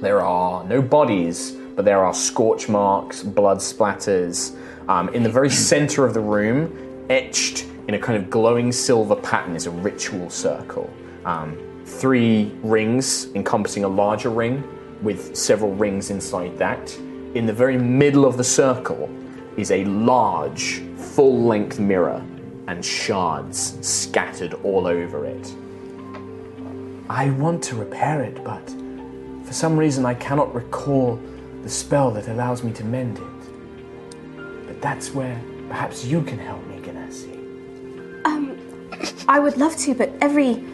Speaker 7: There are no bodies, but there are scorch marks, blood splatters. Um, in the very center of the room, etched in a kind of glowing silver pattern, is a ritual circle. Um, three rings encompassing a larger ring, with several rings inside that. In the very middle of the circle is a large, full length mirror and shards scattered all over it.
Speaker 1: I want to repair it, but for some reason I cannot recall the spell that allows me to mend it. But that's where perhaps you can help me, Ganassi.
Speaker 6: Um, I would love to, but every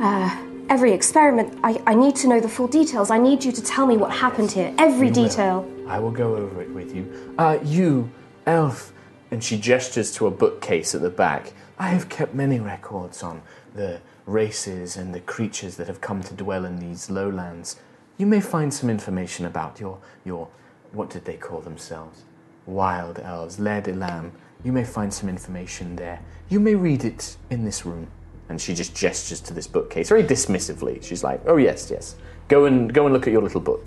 Speaker 6: uh, every experiment, I, I need to know the full details. I need you to tell me what happened here, every
Speaker 1: We will.
Speaker 6: detail.
Speaker 1: I will go over it with you. Uh, you, elf,
Speaker 7: And she gestures to a bookcase at the back.
Speaker 1: I have kept many records on the races and the creatures that have come to dwell in these lowlands. You may find some information about your your what did they call themselves? Wild elves, Laird Elam. You may find some information there. You may read it in this room.
Speaker 7: and she just gestures to this bookcase very dismissively. She's like, "Oh yes, yes, go and go and look at your little book,"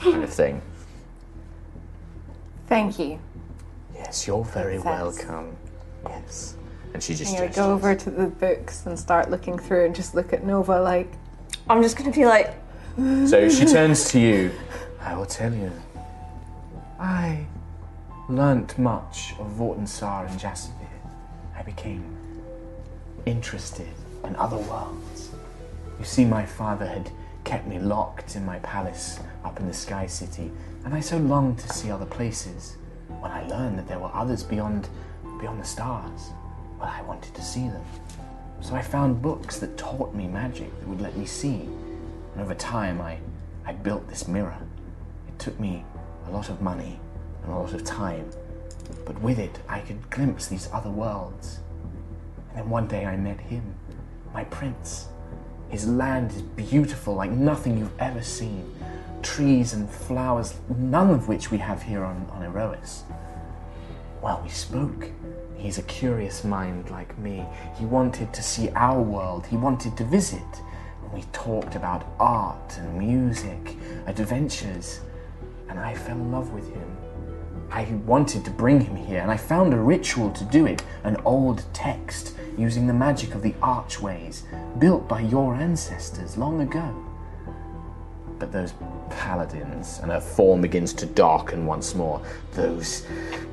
Speaker 7: kind of thing.
Speaker 9: Thank you.
Speaker 7: Yes, you're very
Speaker 9: Princess.
Speaker 7: welcome. Yes, and she just
Speaker 9: I'm gonna
Speaker 7: gestures.
Speaker 9: go over to the books and start looking through and just look at Nova like.
Speaker 6: I'm just gonna be like.
Speaker 7: So she turns to you.
Speaker 1: I will tell you. I learnt much of Vortensar and Jasper. I became interested in other worlds. You see, my father had kept me locked in my palace up in the Sky City, and I so longed to see other places. When I learned that there were others beyond
Speaker 7: beyond the stars. Well, I wanted to see them. So I found books that taught me magic that would let me see. And over time, I, I built this mirror. It took me a lot of money and a lot of time, but with it, I could glimpse these other worlds. And then one day I met him, my prince. His land is beautiful like nothing you've ever seen. Trees and flowers, none of which we have here on, on Erois. Well, we spoke. He's a curious mind like me. He wanted to see our world, he wanted to visit. And we talked about art and music, adventures, and I fell in love with him. I wanted to bring him here, and I found a ritual to do it an old text using the magic of the archways built by your ancestors long ago.
Speaker 12: But those paladins.
Speaker 7: And her form begins to darken once more. Those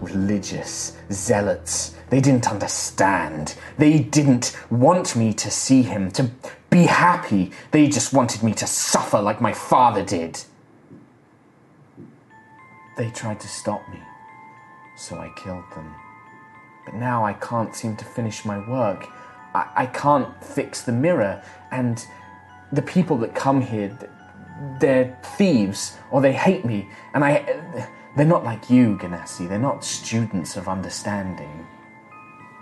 Speaker 7: religious zealots, they didn't understand. They didn't want me to see him, to be happy. They just wanted me to suffer like my father did. They tried to stop me, so I killed them. But now I can't seem to finish my work. I, I can't fix the mirror, and the people that come here, th- they're thieves or they hate me, and I. They're not like you, Ganassi. They're not students of understanding.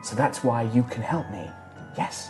Speaker 7: So that's why you can help me. Yes,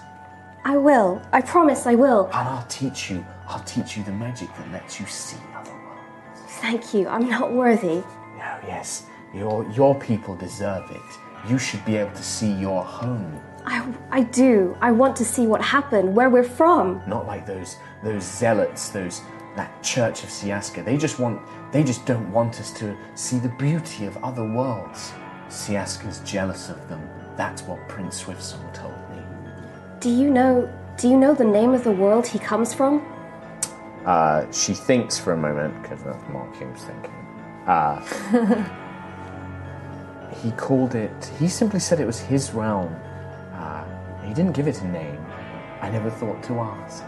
Speaker 6: I will. I promise I will.
Speaker 7: and I'll teach you. I'll teach you the magic that lets you see other worlds.
Speaker 6: Thank you. I'm not worthy.
Speaker 7: No, yes, your your people deserve it. You should be able to see your home,
Speaker 6: I, I do. I want to see what happened, where we're from.
Speaker 7: not like those those zealots, those that Church of Siaska. They just want they just don't want us to see the beauty of other worlds. Siaska's jealous of them. That's what Prince Swiftsong told me.
Speaker 6: Do you know? Do you know the name of the world he comes from?
Speaker 12: Uh, she thinks for a moment, because that's Markham's thinking.
Speaker 7: <laughs>
Speaker 12: Uh,
Speaker 7: He called it. He simply said it was his realm. Uh, he didn't give it a name. I never thought to ask.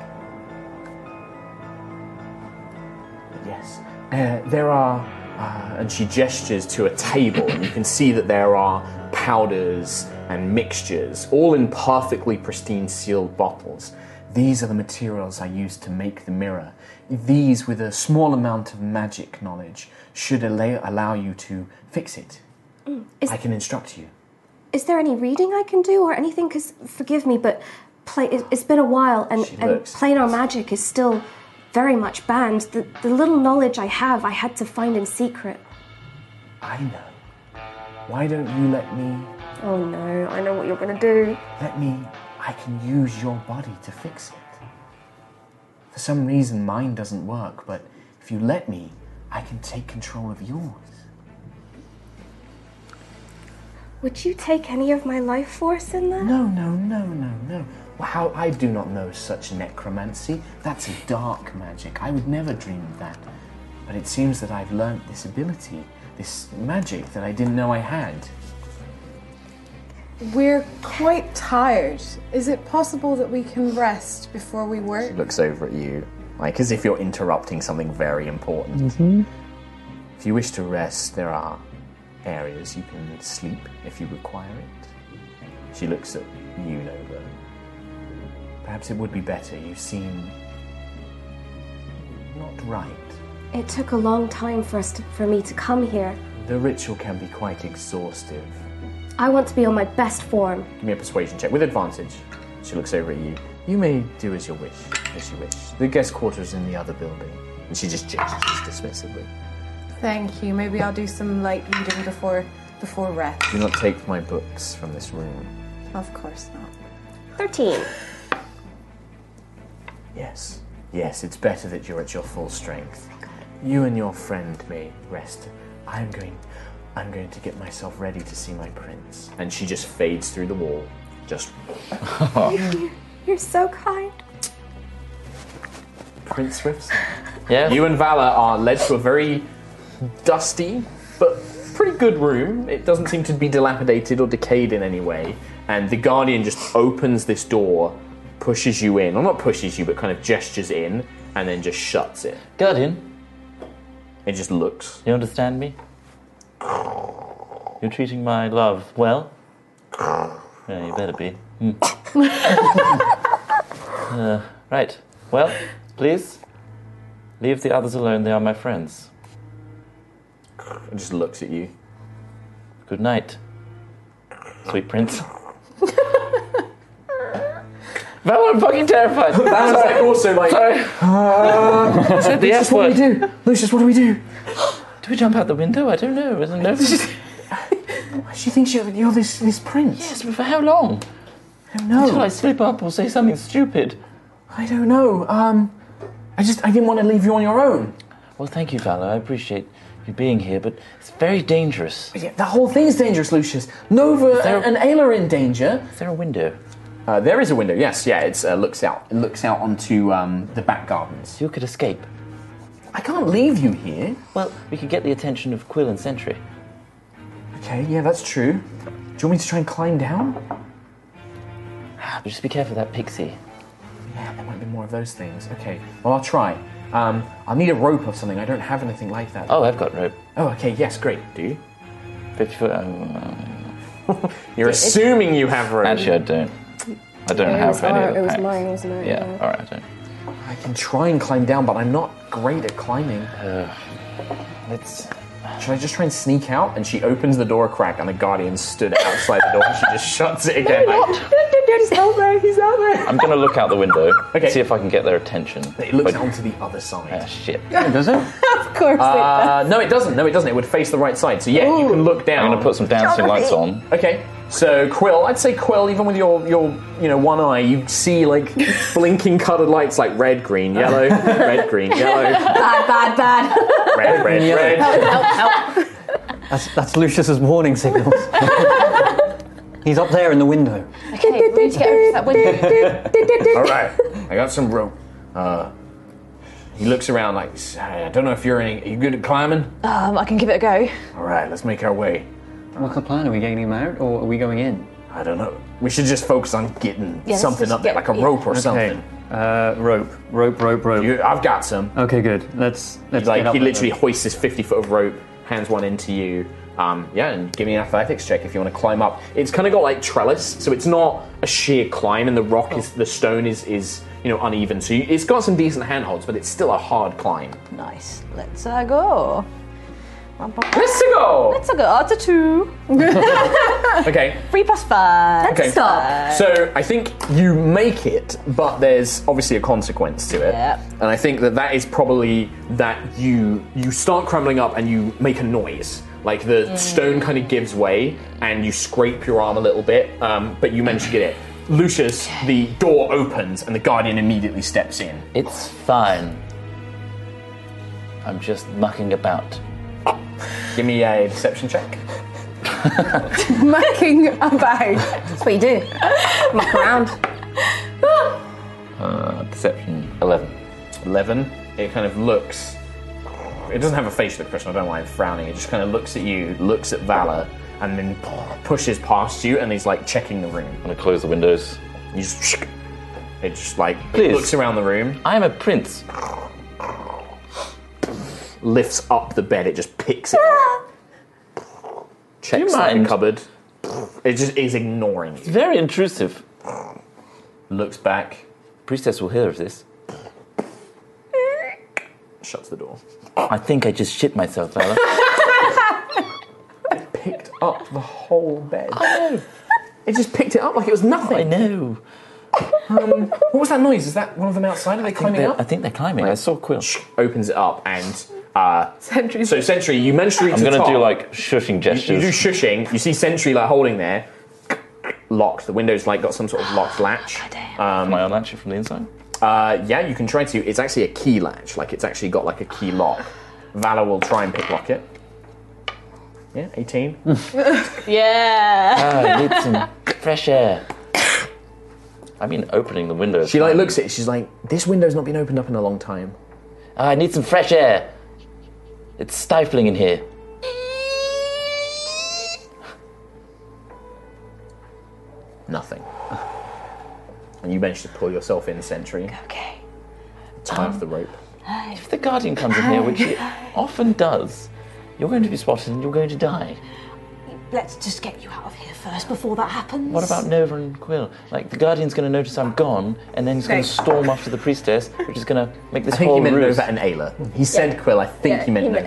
Speaker 7: But yes,
Speaker 12: Uh, there are, uh, and she gestures to a table, and you can see that there are powders and mixtures, all in perfectly pristine sealed bottles.
Speaker 7: These are the materials I used to make the mirror. These, with a small amount of magic knowledge, should allow, allow you to fix it.
Speaker 6: Mm, Is,
Speaker 7: I can instruct you.
Speaker 6: is there any reading I can do or anything? Because forgive me, but play, it, it's been a while, and, and
Speaker 7: looks-
Speaker 6: planar magic is still very much banned. The, the little knowledge I have, I had to find in secret.
Speaker 7: I know. Why don't you let me?
Speaker 6: Oh no, I know what you're gonna do.
Speaker 7: Let me. I can use your body to fix it. For some reason, mine doesn't work, but if you let me, I can take control of yours.
Speaker 6: Would you take any of my life force in that?
Speaker 7: No, no, no, no, no. Wow, I do not know such necromancy. That's a dark magic. I would never dream of that. But it seems that I've learnt this ability, this magic that I didn't know I had.
Speaker 9: We're quite tired. Is it possible that we can rest before we work?
Speaker 12: Looks over at you, like as if you're interrupting something very important. If you wish to rest, there are areas you can sleep if you require it. She looks at you, Nova.
Speaker 7: Perhaps it would be better. You seem not right.
Speaker 6: It took a long time for us to, for me to come here.
Speaker 7: The ritual can be quite exhaustive.
Speaker 6: I want to be on my best form.
Speaker 12: Give me a persuasion check with advantage. She looks over at you. You may do as you wish, as you wish. The guest quarters in the other building. And she just gestures dismissively.
Speaker 9: Thank you. Maybe I'll do some light reading before before rest.
Speaker 12: Do not take my books from this room.
Speaker 9: Of course not.
Speaker 6: 13.
Speaker 7: Yes. Yes, it's better that you're at your full strength. You and your friend may rest. I'm going I'm going to get myself ready to see my prince.
Speaker 12: And she just fades through the wall. Just
Speaker 6: You're so kind.
Speaker 12: Prince Swifts.
Speaker 8: Yeah.
Speaker 12: You and Valor are led to a very dusty but pretty good room. It doesn't seem to be dilapidated or decayed in any way. And the Guardian just opens this door, pushes you in, or not pushes you, but kind of gestures in, and then just shuts it.
Speaker 8: Guardian,
Speaker 12: It just looks.
Speaker 8: you understand me? You're treating my love well. Yeah, you better be. Hmm. Uh, right. Well, please leave the others alone. They are my friends.
Speaker 7: just looks at you.
Speaker 8: Good night,
Speaker 1: <laughs>
Speaker 8: sweet prince. Val, I'm fucking terrified.
Speaker 7: Val's like also like.
Speaker 8: Sorry. Said <laughs> the
Speaker 1: Lucius,
Speaker 8: F
Speaker 1: what
Speaker 8: word.
Speaker 1: do we do? Lucius, what do we do?
Speaker 8: <gasps> Do we jump out the window? I don't know. Isn't it?
Speaker 1: <laughs> She thinks you're, you're this, this prince.
Speaker 8: Yes, but for how long?
Speaker 1: I don't know.
Speaker 8: Until I slip up or say something stupid.
Speaker 1: I don't know. Um, I just I didn't want to leave you on your own.
Speaker 8: Well, thank you, Valor. I appreciate you being here, but it's very dangerous.
Speaker 1: Yeah, that whole thing is dangerous, Lucius. Nova
Speaker 8: there-
Speaker 1: and, and Ayla are in danger.
Speaker 8: Is there a window?
Speaker 7: Uh, there is a window. Yes, yeah. It's uh, looks out. It looks out onto um, the back gardens.
Speaker 8: You could escape.
Speaker 1: I can't leave you here.
Speaker 8: Well, we could get the attention of Quill and Sentry.
Speaker 1: Okay, yeah, that's true. Do you want me to try and climb down?
Speaker 8: Ah, But just be careful of that pixie.
Speaker 1: Yeah, there might be more of those things. Okay, well, I'll try. Um, I'll need a rope or something. I don't have anything like that.
Speaker 8: Oh, I've got rope.
Speaker 1: Oh, okay, yes, great.
Speaker 7: Do you?
Speaker 8: 50 foot. Um,
Speaker 7: You're assuming you have room.
Speaker 8: actually, I don't. I don't
Speaker 6: it was,
Speaker 8: have
Speaker 9: oh,
Speaker 8: any.
Speaker 6: our,
Speaker 8: of the
Speaker 6: it was
Speaker 8: packs.
Speaker 6: mine, wasn't it?
Speaker 8: Yeah, alright, I don't.
Speaker 1: I can try and climb down, but I'm not great at climbing.
Speaker 8: Let's.
Speaker 7: Uh, Should I just try and sneak out? And she opens the door a crack, and the guardian stood outside the door. and She just shuts it again. like-
Speaker 6: He's out there, he's out there.
Speaker 8: I'm gonna look out the window.
Speaker 7: Okay.
Speaker 8: See if I can get their attention.
Speaker 7: it looks
Speaker 8: But-
Speaker 7: out to the other side.
Speaker 8: Ah, shit.
Speaker 2: Does it?
Speaker 9: <laughs> Of course
Speaker 7: Uh, no, it doesn't. No, it doesn't. It would face the right side. So yeah, you can look down.
Speaker 8: I'm gonna put some dancing lights on.
Speaker 7: Okay. So Quill, I'd say Quill, even with your your you know one eye, you see
Speaker 8: <laughs>
Speaker 7: like blinking coloured lights, like red, green, yellow, red, green, yellow,
Speaker 10: Bad, bad, bad.
Speaker 7: red, red, red.
Speaker 2: That's, that's Lucius's warning signals. <laughs> He's up there in the window.
Speaker 4: Okay, we need to get over to that window.
Speaker 7: All right, I got some rope. Uh, he looks around like I don't know if you're any. Are you good at climbing?
Speaker 4: Um, I can give it a go.
Speaker 7: All right, let's make our way.
Speaker 2: What's the plan? Are we getting him out or are we going in?
Speaker 7: I don't know. We should just focus on getting
Speaker 4: let's
Speaker 7: something
Speaker 4: just
Speaker 7: up there,
Speaker 4: get-
Speaker 7: like a
Speaker 4: yeah.
Speaker 7: rope or something.
Speaker 2: Uh, rope, rope, rope, rope.
Speaker 7: You, I've got some.
Speaker 2: Okay, good. Let's let's get
Speaker 7: Like
Speaker 2: up
Speaker 7: he
Speaker 2: there.
Speaker 7: literally hoists his 50 foot of rope, hands one into you. Um, yeah, and give me an athletics check if you want to climb up. It's kind of got like trellis, so it's not a sheer climb, and the rock is the stone is is you know uneven. So you, it's got some decent handholds, but it's still a hard climb.
Speaker 4: Nice. Let's uh, go.
Speaker 7: Let's go.
Speaker 4: Let's uh, go. It's a two.
Speaker 7: Okay,
Speaker 4: Three plus five.
Speaker 7: okay. So I think you make it, but there's obviously a consequence to it.
Speaker 4: Yep.
Speaker 7: And I think that that is probably that you you start crumbling up and you make a noise. Like the stone kind of gives way and you scrape your arm a little bit, um, but you manage to get it. Lucius, the door opens and the guardian immediately steps in.
Speaker 8: It's fine. I'm just mucking about.
Speaker 7: Give me a deception check.
Speaker 9: they mucking about.
Speaker 6: That's what you do. Muck around.
Speaker 8: Uh, deception 11.
Speaker 7: Eleven. It kind of looks. It doesn't have a facial expression. I don't know why I'm frowning. It just kind of looks at you, looks at Valor, and then pushes past you, and he's like checking the room.
Speaker 8: I'm gonna close the windows.
Speaker 7: You just, it just like
Speaker 8: Please.
Speaker 7: looks around the room,
Speaker 8: I'm a prince.
Speaker 7: lifts up the bed, it just picks it up, checks
Speaker 8: Ah! you
Speaker 7: out the
Speaker 8: mind?
Speaker 7: cupboard. It just is ignoring you.
Speaker 8: Very intrusive.
Speaker 7: Looks back,
Speaker 8: Priestess will hear of this.
Speaker 7: shuts the door.
Speaker 8: I think I just shit myself, Valor.
Speaker 7: Picked up the whole bed. It just picked it up like it was nothing.
Speaker 8: I know.
Speaker 7: What was that noise? Is that one of them outside? Are they climbing
Speaker 8: They're-
Speaker 7: up?
Speaker 8: I think they're climbing. I <laughs> saw Quill.
Speaker 7: Opens it up and uh,
Speaker 9: Sentry.
Speaker 7: so Sentry, you managed to reach
Speaker 8: I'm
Speaker 7: the
Speaker 8: gonna
Speaker 7: top.
Speaker 8: do like shushing gestures.
Speaker 7: You do shushing. You see Sentry like holding there, locked. The window's like got some sort of locked latch.
Speaker 8: Am I unlatch it from the inside?
Speaker 7: Uh, yeah, you can try to. It's actually a key latch. Like it's actually got like a key lock. Valor will try and picklock it. Yeah, 18.
Speaker 8: Mm.
Speaker 4: Yeah.
Speaker 8: Oh, I need some fresh air. I mean, opening the window. is
Speaker 7: She like
Speaker 8: fine.
Speaker 7: looks at it. She's like, this window's not been opened up in a long time.
Speaker 8: Ah, I need some fresh air. It's stifling in here.
Speaker 7: Nothing. And you manage to pull yourself in, Sentry.
Speaker 4: Okay.
Speaker 7: Tie off the rope.
Speaker 8: If the guardian comes in here, which it often does, you're going to be spotted and you're going to die.
Speaker 4: Let's just get you out of here first before that happens.
Speaker 8: What about Nova and Quill? Like, the Guardian's going to notice I'm gone, and then he's going
Speaker 4: No.
Speaker 8: to storm after the priestess, which is going to make this
Speaker 7: I think
Speaker 8: whole
Speaker 7: he meant
Speaker 8: ruse.
Speaker 7: Nova and Ayla. He said Quill. I think he meant Nova.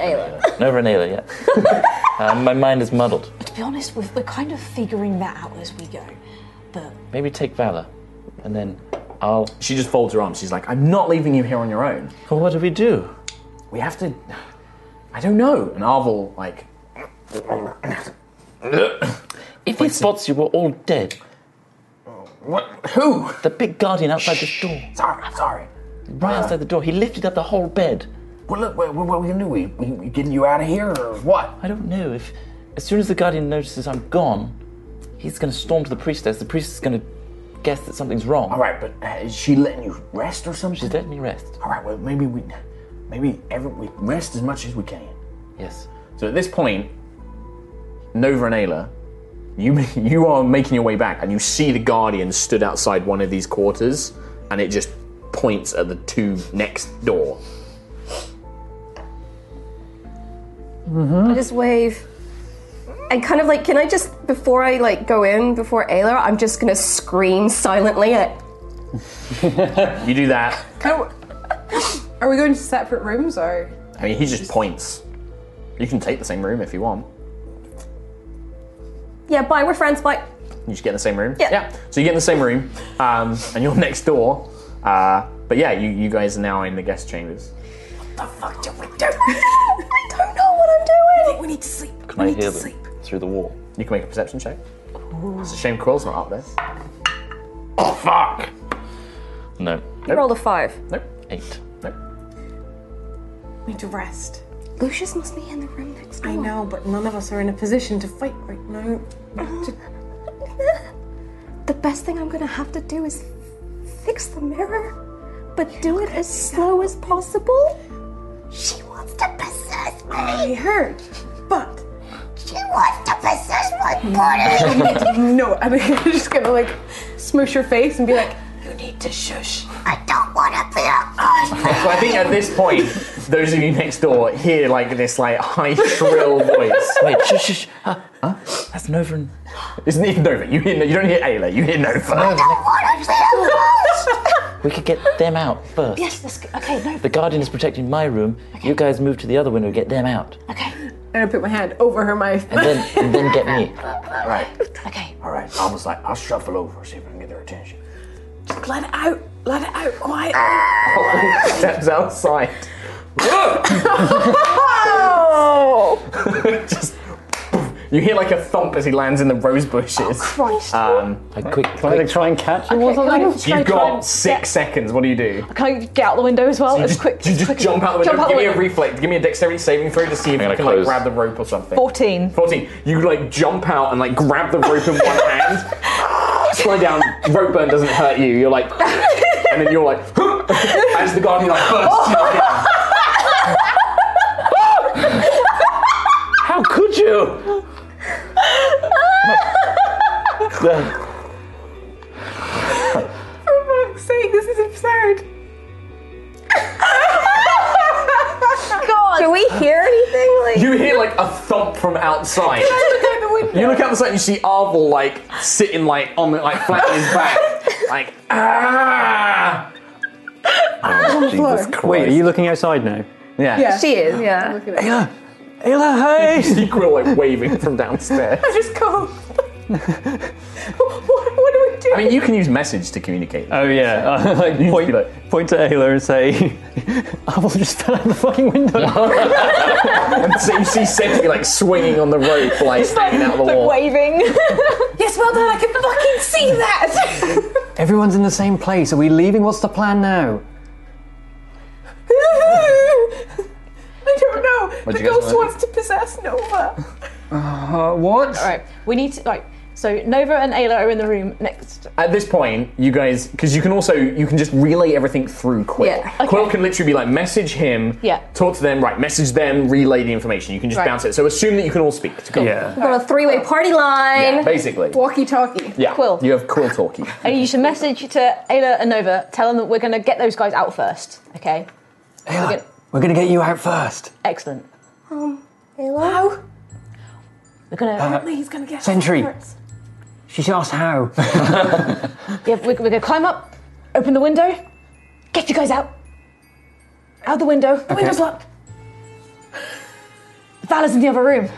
Speaker 8: Nova and Ayla, yeah. um, my mind is muddled.
Speaker 4: To be honest, we've, we're kind of figuring that out as we go. But
Speaker 8: Maybe take Valor, and then I'll.
Speaker 7: She just folds her arms. She's like, I'm not leaving you here on your own.
Speaker 8: Well, what do we do?
Speaker 7: We have to. I don't know. And Arvel, like.
Speaker 8: If he spots you, we're all dead.
Speaker 7: What? Who?
Speaker 8: The big Guardian outside this door.
Speaker 7: Sorry, I'm sorry.
Speaker 8: Right outside the door. He lifted up the whole bed.
Speaker 7: Well, look, what, what are we going to do? We, we, we getting you out of here or what?
Speaker 8: I don't know. If as soon as the guardian notices I'm gone, he's going to storm to the priestess. The priestess is going to guess that something's wrong. All
Speaker 7: right, but uh, is she letting you rest or something?
Speaker 8: She's letting me rest.
Speaker 7: All right. Well, maybe we, maybe every, we rest as much as we can.
Speaker 8: Yes.
Speaker 7: So at this point, Nova and Ayla, you <laughs> you are making your way back, and you see the Guardian stood outside one of these quarters, and it just points at the two next door.
Speaker 6: I just wave. And kind of like, can I just before I like go in before Ayla, I'm just gonna scream silently at.
Speaker 7: You do that.
Speaker 9: Can I- are we <laughs> going to separate rooms or?
Speaker 7: I mean, he just points. You can take the same room if you want.
Speaker 6: Yeah, bye. We're friends. Bye.
Speaker 7: You just get in the same room.
Speaker 6: Yeah.
Speaker 7: So you get in the same room, um, and you're <laughs> next door. Uh, but yeah, you, you guys are now in the guest chambers.
Speaker 6: Fuck, do we do? I don't know what I'm doing. I think we need to sleep.
Speaker 8: Can I hear them through the wall?
Speaker 7: You can make a perception check. It's a shame Quill's not up there. Oh fuck!
Speaker 8: No.
Speaker 6: Roll Rolled a five.
Speaker 7: Nope.
Speaker 8: Eight.
Speaker 7: Nope.
Speaker 9: We need to rest.
Speaker 6: Lucius must be in the room next door.
Speaker 9: I know, but none of us are in a position to fight right now.
Speaker 6: <laughs> The best thing I'm gonna have to do is fix the mirror, but do it as slow as possible. She wants to possess me.
Speaker 9: I heard, but
Speaker 6: She wants to possess my body.
Speaker 9: <laughs> no, I'm just gonna like smush your face and be like, "You need to shush."
Speaker 6: I don't want to be a
Speaker 7: So I think at this point, those of you next door hear like this like high shrill voice.
Speaker 8: Wait, shush, <laughs> shush. Huh? huh? Ah, That's Nova and.
Speaker 7: It's not even Nova. You hear no, you don't hear Ayla. You hear Nova.
Speaker 8: We could get them out first.
Speaker 4: yes, let's go. Okay, no.
Speaker 8: The guardian is protecting my room. You guys move to the other window, get them out,
Speaker 9: And I put my hand over her mouth. <laughs>
Speaker 8: and then and then get me.
Speaker 1: All right,
Speaker 4: Okay,
Speaker 1: all right. I was like, I'll shuffle over, see if I can get their
Speaker 7: <laughs>
Speaker 1: attention.
Speaker 9: Let it out. Let it out. Quiet.
Speaker 7: Steps outside.
Speaker 4: Oh!
Speaker 7: Just you hear like a thump as he lands in the rose bushes.
Speaker 4: Christ.
Speaker 7: Um,
Speaker 8: <laughs> I quick,
Speaker 2: Can I try and catch him or
Speaker 4: Okay,
Speaker 2: something?
Speaker 4: can I try and-
Speaker 7: you've got six seconds. What do you do?
Speaker 4: Can I get out the window as well?
Speaker 7: You
Speaker 4: as
Speaker 7: just,
Speaker 4: quick,
Speaker 7: you
Speaker 4: as
Speaker 7: just
Speaker 4: quick as
Speaker 7: jump
Speaker 4: I-
Speaker 7: out the window.
Speaker 4: Jump out
Speaker 7: give
Speaker 4: the
Speaker 7: me
Speaker 4: window.
Speaker 7: a reflex. Give me a dexterity saving throw to see if you
Speaker 8: gonna
Speaker 7: can like
Speaker 8: close.
Speaker 7: grab the rope or something.
Speaker 4: 14.
Speaker 7: 14. You like jump out and like grab the rope in one hand, <laughs> slide down, rope burn doesn't hurt you. You're like, and then you're like, <laughs> as the guardian like bursts you down.
Speaker 8: How could you?
Speaker 9: For fuck's sake, this is absurd.
Speaker 6: Do we hear anything? Like,
Speaker 7: You hear like a thump from outside. You look outside and you see Arvel like sitting like on the like flat on his back, like ah.
Speaker 9: Jesus
Speaker 2: Wait, are you looking outside now?
Speaker 7: Yeah.
Speaker 6: she is. Yeah.
Speaker 2: Ayla! Ayla, hey!
Speaker 7: Secret like waving from downstairs.
Speaker 9: I just go. <laughs> what, what do we do?
Speaker 7: I mean, you can use message to communicate.
Speaker 2: Oh yeah, <laughs> uh, like
Speaker 7: be
Speaker 2: point,
Speaker 7: like-
Speaker 2: point to Ayla and say, <laughs> I will just stand out the fucking <laughs> window.
Speaker 7: and so you see Sentry like swinging on the rope, like hanging out the
Speaker 4: <laughs>
Speaker 7: wall.
Speaker 4: Waving.
Speaker 9: Yes, well done. I can fucking see
Speaker 4: <laughs>
Speaker 9: that.
Speaker 2: Everyone's in the same place. Are we leaving? What's the plan now?
Speaker 9: I don't know.
Speaker 7: What'd
Speaker 9: the
Speaker 7: you guys
Speaker 9: ghost
Speaker 7: wanna do?
Speaker 9: wants to possess Nova.
Speaker 2: Uh, what?
Speaker 4: Right, we need to, like, so Nova and Ayla are in the room next.
Speaker 7: At this point, you guys, because you can also you can just relay everything through Quill.
Speaker 6: Yeah.
Speaker 7: Quill can literally be like, message him,
Speaker 4: Yeah.
Speaker 7: talk to them, right? Message them, relay the information. You can just
Speaker 4: Right.
Speaker 7: bounce it. So assume that you can all speak. Cool.
Speaker 2: Yeah.
Speaker 6: We've got a three-way party line.
Speaker 7: Yeah, basically.
Speaker 9: Walkie talkie.
Speaker 7: Yeah,
Speaker 4: Quill.
Speaker 7: You have
Speaker 6: <laughs>
Speaker 7: Quill talkie.
Speaker 4: And you should message to Ayla and Nova, tell them that we're going to get those guys out first, okay? We're gonna-
Speaker 2: We're gonna get you out first.
Speaker 4: Excellent.
Speaker 6: Um, Ayla.
Speaker 4: We're gonna.
Speaker 13: Apparently
Speaker 4: he's gonna get
Speaker 13: Sentry. She's asked how.
Speaker 4: Yeah, we're, we're gonna climb up, open the window, get you guys out. Out the window. The
Speaker 13: Okay.
Speaker 4: window's locked. Vala's in the other room.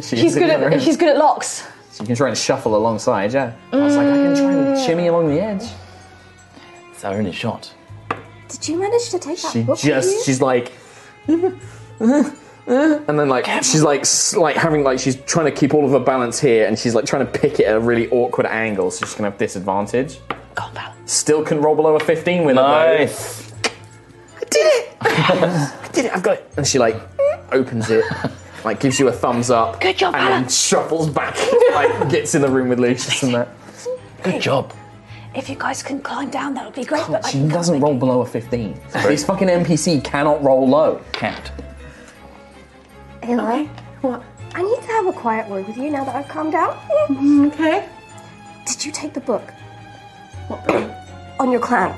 Speaker 4: She's good at she's good at locks.
Speaker 7: So you can try and shuffle alongside, yeah. I was like, I can try
Speaker 6: Mm.
Speaker 7: and shimmy along the edge.
Speaker 8: It's our only shot.
Speaker 6: Did you manage to take that
Speaker 7: She
Speaker 6: book? with you?
Speaker 7: just, she's like, and then like she's like s- like having like she's trying to keep all of her balance here, and she's like trying to pick it at a really awkward angle, so she's gonna have disadvantage. Still can roll below a fifteen with nice. I did it! I did it! I've got it. And she like opens it, like gives you a thumbs up.
Speaker 4: Good job,
Speaker 7: And then
Speaker 4: Alan.
Speaker 7: shuffles back, like gets in the room with Lucius and that. Good job.
Speaker 4: If you guys can climb down, that would be great. But I,
Speaker 7: She doesn't roll below a 15. These fucking NPC cannot roll low. Can't.
Speaker 6: Ayla, what? I need to have a quiet word with you now that I've calmed down. Okay. Did you take the book? What book? On your clan.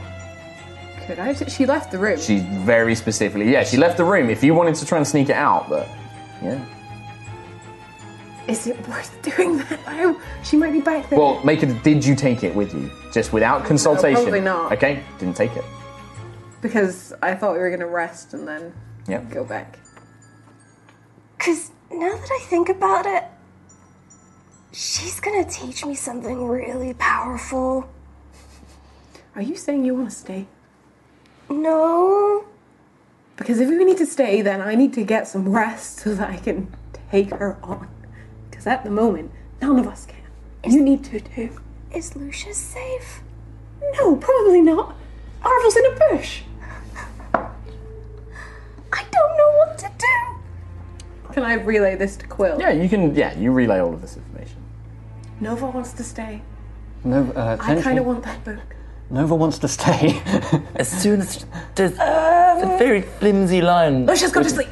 Speaker 9: Could I? She left the room.
Speaker 7: She very specifically, yeah, she left the room if you wanted to try and sneak it out, but yeah.
Speaker 9: Is it worth doing that? Oh, she might be back there.
Speaker 7: Well, make it. Did you take it with you, just without consultation?
Speaker 9: probably not.
Speaker 7: Okay, didn't take it.
Speaker 9: because I thought we were gonna rest and then
Speaker 7: Yep.
Speaker 9: go back.
Speaker 6: Because now that I think about it, she's gonna teach me something really powerful.
Speaker 9: Are you saying you want to stay?
Speaker 6: No.
Speaker 9: Because if we need to stay, then I need to get some rest so that I can take her on. Because at the moment, none of us can. you need to too.
Speaker 6: Is Lucius safe?
Speaker 9: No, probably not. Arvel's in a bush.
Speaker 6: I don't know what to do.
Speaker 9: Can I relay this to Quill?
Speaker 7: Yeah, you can. Yeah, you relay all of this information.
Speaker 9: Nova wants to stay.
Speaker 2: Nova, uh,
Speaker 9: I kind
Speaker 2: Sentry-
Speaker 9: of want that book.
Speaker 2: Nova wants to stay. <laughs>
Speaker 8: as soon as there's a very flimsy line.
Speaker 9: Let's just go to sleep.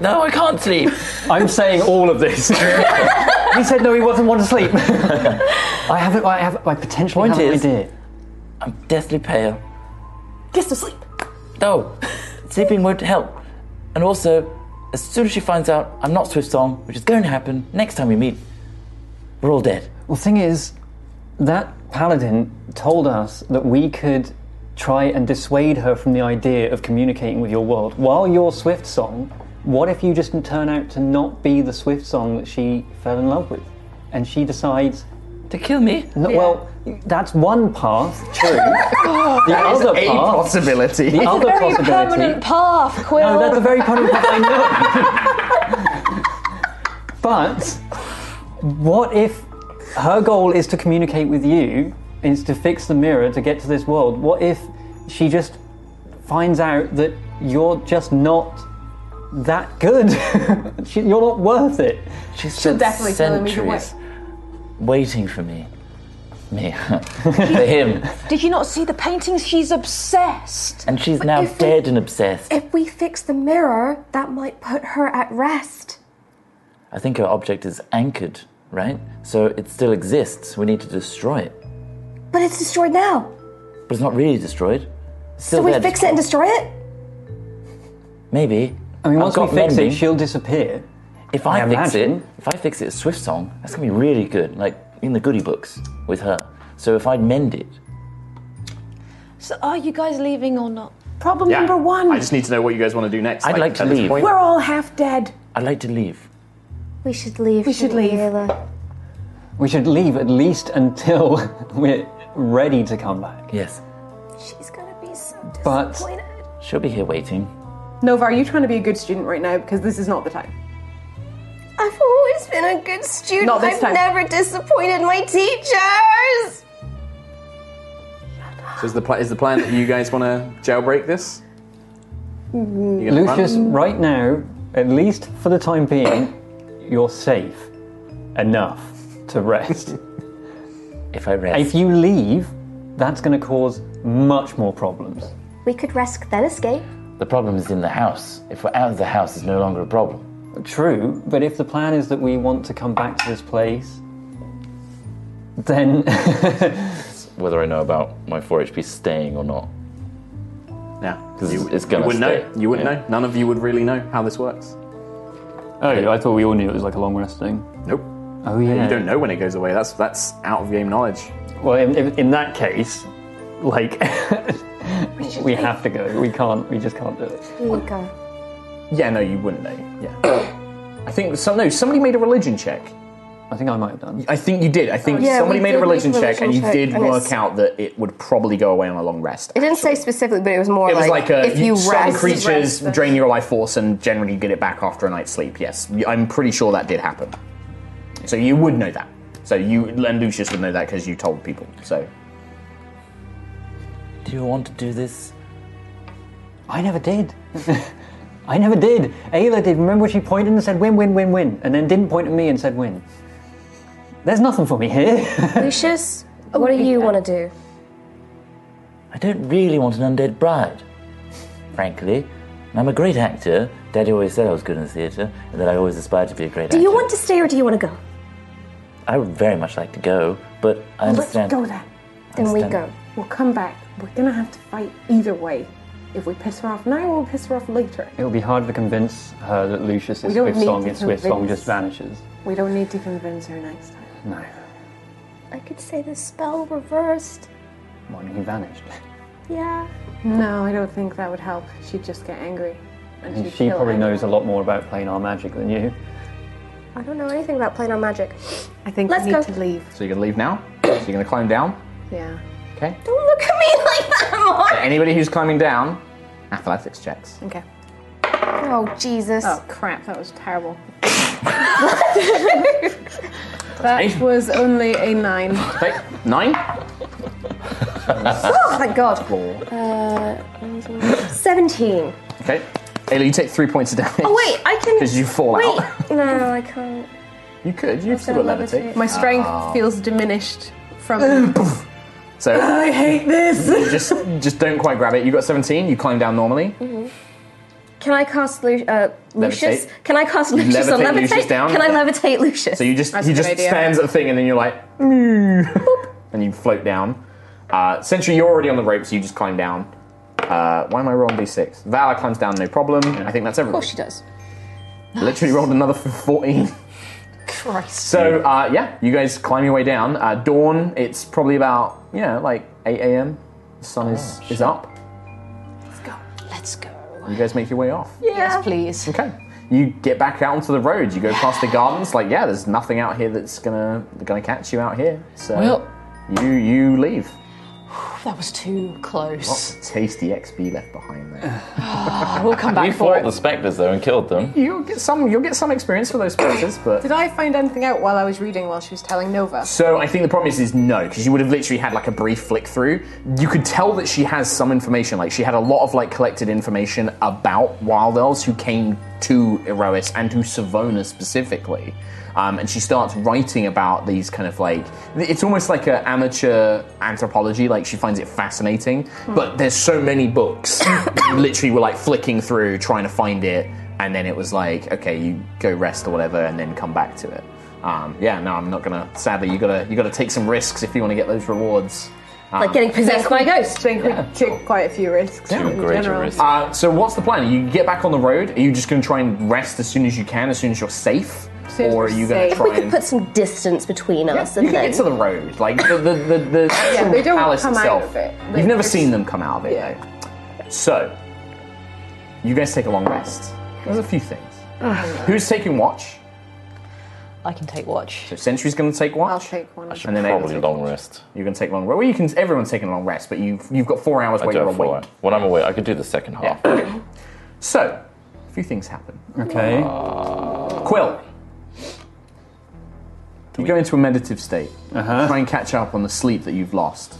Speaker 8: No, I can't sleep.
Speaker 2: <laughs> I'm saying all of this. he said no, he wasn't want to <laughs> sleep. I have, I have, I potentially
Speaker 8: Point
Speaker 2: have an
Speaker 8: is-
Speaker 2: idea.
Speaker 8: I'm deathly pale.
Speaker 9: Get to sleep.
Speaker 8: No, sleeping won't help. And also, as soon as she finds out I'm not Swift Song, which is going to happen next time we meet, we're all dead.
Speaker 2: Well, thing is, that paladin told us that we could try and dissuade her from the idea of communicating with your world. While you're Swift Song, what if you just turn out to not be the Swift Song that she fell in love with, and she decides to kill me? No, Well, that's one path.
Speaker 7: <laughs>
Speaker 2: True. the
Speaker 7: That is
Speaker 2: other
Speaker 7: a
Speaker 2: path,
Speaker 7: possibility.
Speaker 2: The
Speaker 4: it's a
Speaker 2: other
Speaker 4: very
Speaker 2: possibility.
Speaker 4: permanent path, Quill.
Speaker 2: No, Oh, that's a very punny path. I know. <laughs> but what if her goal is to communicate with you, is to fix the mirror to get to this world? What if she just finds out that you're just not that good? <laughs> she, you're not worth it.
Speaker 8: She's
Speaker 9: She'll definitely kill him either way.
Speaker 8: centuries waiting for me. Me. <laughs> for him.
Speaker 4: Did you not see the paintings? She's obsessed.
Speaker 8: And she's now dead and obsessed.
Speaker 6: If we fix the mirror, that might put her at rest.
Speaker 8: I think her object is anchored, right? So it still exists. We need to destroy it.
Speaker 6: But it's destroyed now.
Speaker 8: But it's not really destroyed. It's still
Speaker 6: so we
Speaker 8: there.
Speaker 6: fix it and destroy it?
Speaker 8: Maybe.
Speaker 2: I mean,
Speaker 8: I've
Speaker 2: once we
Speaker 8: got
Speaker 2: fix
Speaker 8: mending.
Speaker 2: it, she'll disappear.
Speaker 8: If I,
Speaker 2: I
Speaker 8: fix
Speaker 2: imagine.
Speaker 8: it, if I fix it as Swift Song, that's gonna be really good, like in the goodie books with her. So if I mend it,
Speaker 4: So are you guys leaving or not? Problem number one.
Speaker 7: I just need to know what you guys want to do next.
Speaker 8: I'd like to
Speaker 7: at this
Speaker 8: leave.
Speaker 7: point.
Speaker 4: We're all half dead.
Speaker 8: I'd like to leave.
Speaker 6: We should leave. We should leave. Ayla.
Speaker 2: We should leave at least until <laughs> we're ready to come back.
Speaker 8: Yes.
Speaker 6: She's gonna be so
Speaker 2: But
Speaker 8: she'll be here waiting.
Speaker 9: Nova, are you trying to be a good student right now? Because this is not the time.
Speaker 6: I've always been a good student.
Speaker 9: Not this
Speaker 6: I've
Speaker 9: time.
Speaker 6: never disappointed my teachers.
Speaker 7: So is the pl- is the plan that you guys want to jailbreak this? You gonna
Speaker 2: Lucius,
Speaker 7: run?
Speaker 2: right now, at least for the time being, you're safe enough to <laughs> rest.
Speaker 8: if I rest.
Speaker 2: If you leave, that's going to cause much more problems.
Speaker 6: We could risk then escape.
Speaker 8: The problem is in the house. If we're out of the house, it's no longer a problem.
Speaker 2: True, but if the plan is that we want to come back to this place, then <laughs>
Speaker 8: Whether I know about my 4 HP staying or not.
Speaker 7: Yeah.
Speaker 8: Because
Speaker 7: You-
Speaker 8: it's gonna
Speaker 7: you wouldn't
Speaker 8: stay.
Speaker 7: know. You wouldn't
Speaker 8: Yeah.
Speaker 7: know. None of you would really know how this works.
Speaker 2: Oh, I thought we all knew it was like a long rest thing.
Speaker 7: Nope.
Speaker 2: Oh yeah.
Speaker 7: You don't know when it goes away. That's that's out of game knowledge.
Speaker 2: Well, in, in, in that case, like we have to go. We can't. We just can't do it.
Speaker 6: Here you go.
Speaker 7: <laughs> Yeah, no, you wouldn't know. Yeah. I think some, no, somebody made a religion check.
Speaker 2: I think I might have done.
Speaker 7: I think you Oh, did. I think
Speaker 6: Yeah,
Speaker 7: somebody
Speaker 6: we
Speaker 7: made
Speaker 6: did
Speaker 7: a
Speaker 6: make
Speaker 7: religion,
Speaker 6: a religion
Speaker 7: check, and you
Speaker 6: check,
Speaker 7: did
Speaker 6: and
Speaker 7: work
Speaker 6: it's-
Speaker 7: out that it would probably go away on a long rest.
Speaker 6: It didn't say specifically, but it was more
Speaker 7: It was
Speaker 6: like,
Speaker 7: like a,
Speaker 6: if you
Speaker 7: some
Speaker 6: rest,
Speaker 7: creatures
Speaker 6: rest.
Speaker 7: drain your life force and generally get it back after a night's sleep. Yes, You- I'm pretty sure that did happen. So you would know that. So you and Lucius would know that because you told people. So
Speaker 8: Do you want to do this?
Speaker 13: I never did. <laughs> I never did. Ayla did. Remember when she pointed and said win, win, win, win, and then didn't point at me and said win. There's nothing for me
Speaker 2: <laughs>
Speaker 13: here.
Speaker 6: Lucius, what do you want to do?
Speaker 8: I don't really want an undead bride, frankly. And I'm a great actor. Daddy always said I was good in the theatre, and that I always aspired to be a great
Speaker 6: Do
Speaker 8: actor.
Speaker 6: you want to stay or do you want to go?
Speaker 8: I would very much like to go, but I
Speaker 9: Let's
Speaker 8: understand.
Speaker 9: go there.
Speaker 8: Then we Understand.
Speaker 9: We'll come back. We're gonna have to fight either way. If we piss her off now, we'll piss her off later.
Speaker 2: It would be hard to convince her that Lucius
Speaker 9: We
Speaker 2: is
Speaker 9: don't
Speaker 2: Swift
Speaker 9: need
Speaker 2: Song
Speaker 9: to
Speaker 2: and Swift Song
Speaker 9: convince.
Speaker 2: just vanishes.
Speaker 9: We don't need to convince her next time.
Speaker 2: No,
Speaker 6: I could say the spell reversed.
Speaker 2: why he vanished?
Speaker 6: Yeah.
Speaker 9: No, I don't think that would help. She'd just get angry. And
Speaker 2: And
Speaker 9: she'd
Speaker 2: she
Speaker 9: kill
Speaker 2: probably
Speaker 9: anyone.
Speaker 2: knows a lot more about planar magic than you.
Speaker 6: I don't know anything about planar magic.
Speaker 9: I think
Speaker 6: Let's
Speaker 9: we
Speaker 6: go.
Speaker 9: need to leave.
Speaker 7: so you're gonna leave now. <clears throat> so you're gonna climb down.
Speaker 9: Yeah.
Speaker 7: Okay.
Speaker 6: Don't look at me <laughs> like that,
Speaker 7: So
Speaker 6: Mark.
Speaker 7: anybody who's climbing down, athletics checks.
Speaker 9: Okay.
Speaker 6: Oh Jesus.
Speaker 9: Oh crap, that was <laughs> terrible. that was only a nine.
Speaker 7: Okay, nine.
Speaker 6: Oh, thank God.
Speaker 7: Four.
Speaker 6: Uh, Seventeen.
Speaker 7: Okay. Ayla, you take three points of damage.
Speaker 6: Oh wait, I can.
Speaker 7: Because you fall
Speaker 6: wait.
Speaker 7: out.
Speaker 6: No, I can't.
Speaker 7: You could. You've still got
Speaker 6: gonna
Speaker 7: levitate.
Speaker 6: levitate.
Speaker 9: My strength
Speaker 7: Oh.
Speaker 9: feels diminished from
Speaker 7: So
Speaker 9: I hate this. <laughs>
Speaker 7: you just you just don't quite grab it. You got 17. You climb down normally.
Speaker 6: Can I cast Lu- uh, Lucius? Can I cast
Speaker 7: You
Speaker 6: Lucius on
Speaker 7: levitate
Speaker 6: levitate?
Speaker 7: Lucius down?
Speaker 6: Can I
Speaker 7: Yeah.
Speaker 6: levitate Lucius?
Speaker 7: So you just
Speaker 9: That's
Speaker 7: he
Speaker 9: a
Speaker 7: just
Speaker 9: good idea.
Speaker 7: stands at the thing and then you're like, "Moo," <laughs> and you float down. Uh, Sentry, you're already on the rope, so you just climb down. Uh, why am I rolling d6? Valor climbs down, no problem. I think that's
Speaker 6: Of
Speaker 7: everyone.
Speaker 6: course she does.
Speaker 7: Literally rolled another f- 14.
Speaker 4: Christ.
Speaker 7: <laughs> So uh, yeah, you guys climb your way down. Uh, dawn. It's probably about yeah, like 8 a.m. The sun is is up.
Speaker 4: Let's go.
Speaker 7: You guys make your way off.
Speaker 4: Yes, please.
Speaker 7: Okay. You get back out onto the road. You go past the gardens. Like, yeah, there's nothing out here that's gonna gonna catch you out here. So
Speaker 8: Well-
Speaker 7: you you leave.
Speaker 4: That was too close.
Speaker 7: Tasty XP left behind there.
Speaker 4: Oh, we'll come
Speaker 8: We
Speaker 4: back for
Speaker 8: fought the
Speaker 4: it.
Speaker 8: spectres though and killed them.
Speaker 7: <sighs> You'll get some. You'll get some experience for those places, <sighs> but.
Speaker 9: Did I find anything out while I was reading while she was telling Nova?
Speaker 7: So I think the problem is, is no, because you would have literally had like a brief flick through. You could tell that she has some information. Like she had a lot of like collected information about wild elves who came to Erois and to Savona specifically. Um, and she starts writing about these kind of like it's almost like an amateur anthropology. Like she finds it fascinating, but there's so many books. <coughs> you literally, were like flicking through trying to find it, and then it was like, okay, you go rest or whatever, and then come back to it. Um, yeah, no, I'm not gonna. Sadly, you gotta you gotta take some risks if you want to get those rewards. Um,
Speaker 6: Like getting possessed by a ghost.
Speaker 9: I think we took quite a few risks
Speaker 8: Too
Speaker 9: in
Speaker 8: great a
Speaker 9: general.
Speaker 8: risk.
Speaker 7: uh, so what's the plan? Are you get back on the road? Are you just gonna try and rest as soon as you can, as soon as you're safe,
Speaker 9: soon as
Speaker 7: or are
Speaker 9: we're
Speaker 7: you gonna
Speaker 9: safe.
Speaker 7: try
Speaker 6: We could
Speaker 7: and?
Speaker 6: put some distance between us,
Speaker 7: You
Speaker 6: and
Speaker 7: can
Speaker 6: then
Speaker 7: get to the road. Like the the the,
Speaker 9: <laughs>
Speaker 7: the actual
Speaker 9: they don't
Speaker 7: palace
Speaker 9: come out
Speaker 7: itself.
Speaker 9: of it. They-
Speaker 7: You've never
Speaker 9: it's-
Speaker 7: seen them come out of it.
Speaker 9: Yeah.
Speaker 7: though. So you guys take a long rest. There's a few
Speaker 9: <sighs>
Speaker 7: things. Who's taking watch?
Speaker 4: I can take watch.
Speaker 7: So Sentry's going to take watch.
Speaker 9: I'll take one.
Speaker 7: And then
Speaker 8: Probably
Speaker 7: Aegon's-
Speaker 8: long rest.
Speaker 7: You're going to take long rest. Well, you can. Everyone's taking a long rest, but you've you've got four hours
Speaker 8: I
Speaker 7: where
Speaker 8: do
Speaker 7: you're
Speaker 8: have
Speaker 7: awake.
Speaker 8: four. When I'm away, I could do the second half.
Speaker 7: So a few things happen.
Speaker 2: Okay.
Speaker 7: Quill. You go into a meditative state, try and catch up on the sleep that you've lost.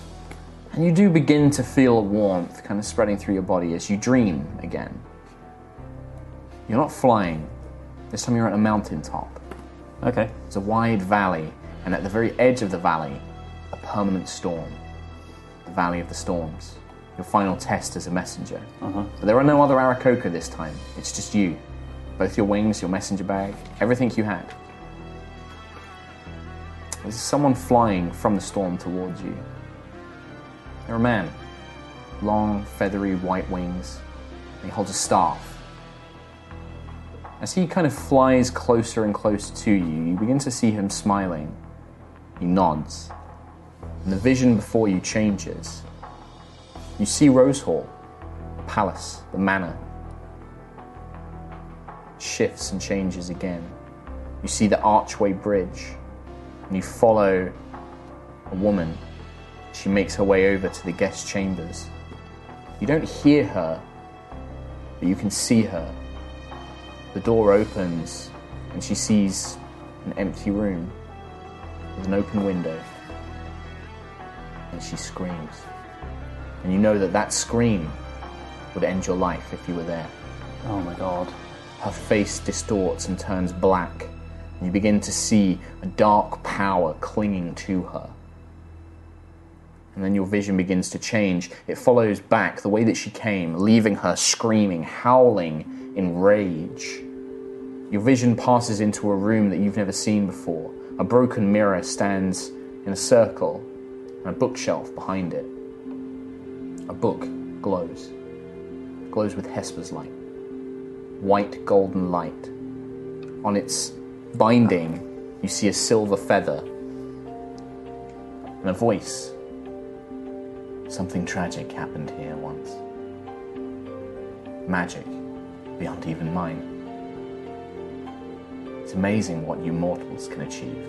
Speaker 7: And you do begin to feel a warmth kind of spreading through your body as you dream again. You're not flying, this time you're at a mountaintop.
Speaker 2: Okay.
Speaker 7: It's a wide valley, and at the very edge of the valley, a permanent storm. The Valley of the Storms. Your final test as a messenger. But there are no other Arakoka this time. It's just you. Both your wings, your messenger bag, everything you had. There's someone flying from the storm towards you. They're a man. Long, feathery, white wings. He holds a staff. As he kind of flies closer and closer to you, you begin to see him smiling. He nods. And the vision before you changes. You see Rose Hall, the palace, the manor. It shifts and changes again. You see the archway bridge. And you follow a woman. She makes her way over to the guest chambers. You don't hear her, but you can see her. The door opens, and she sees an empty room with an open window. And she screams. And you know that that scream would end your life if you were there.
Speaker 2: Oh my god.
Speaker 7: Her face distorts and turns black, and you begin to see a dark power clinging to her. And then your vision begins to change. It follows back the way that she came, leaving her screaming, howling in rage. Your vision passes into a room that you've never seen before. A broken mirror stands in a circle, and a bookshelf behind it. A book glows. Glows with Hesper's light. White golden light. On its binding, you see a silver feather. And a voice.
Speaker 1: Something tragic happened here once.
Speaker 7: Magic beyond even mine. It's amazing what you mortals can achieve.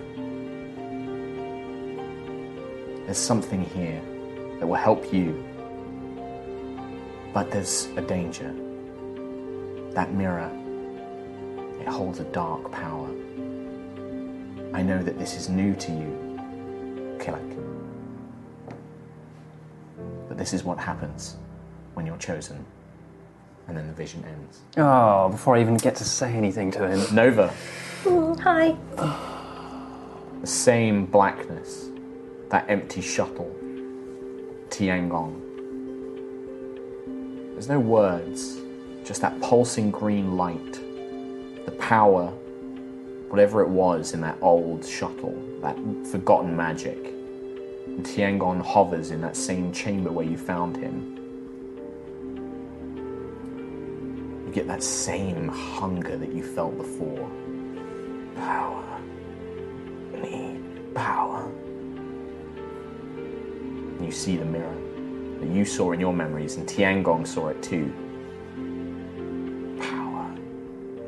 Speaker 7: There's something here that will help you. But there's a danger. That mirror, it holds a dark power. I know that this is new to you, Killick. But this is what happens when you're chosen. And then the vision ends.
Speaker 2: Oh, before I even get to say anything to him.
Speaker 7: Nova.
Speaker 6: hi.
Speaker 7: The same blackness, that empty shuttle, Tiangong. There's no words, just that pulsing green light, the power, whatever it was in that old shuttle, that forgotten magic. And Tiangong hovers in that same chamber where you found him. You get that same hunger that you felt before. Power. Need power. And you see the mirror that you saw in your memories, and Tiangong saw it too. Power.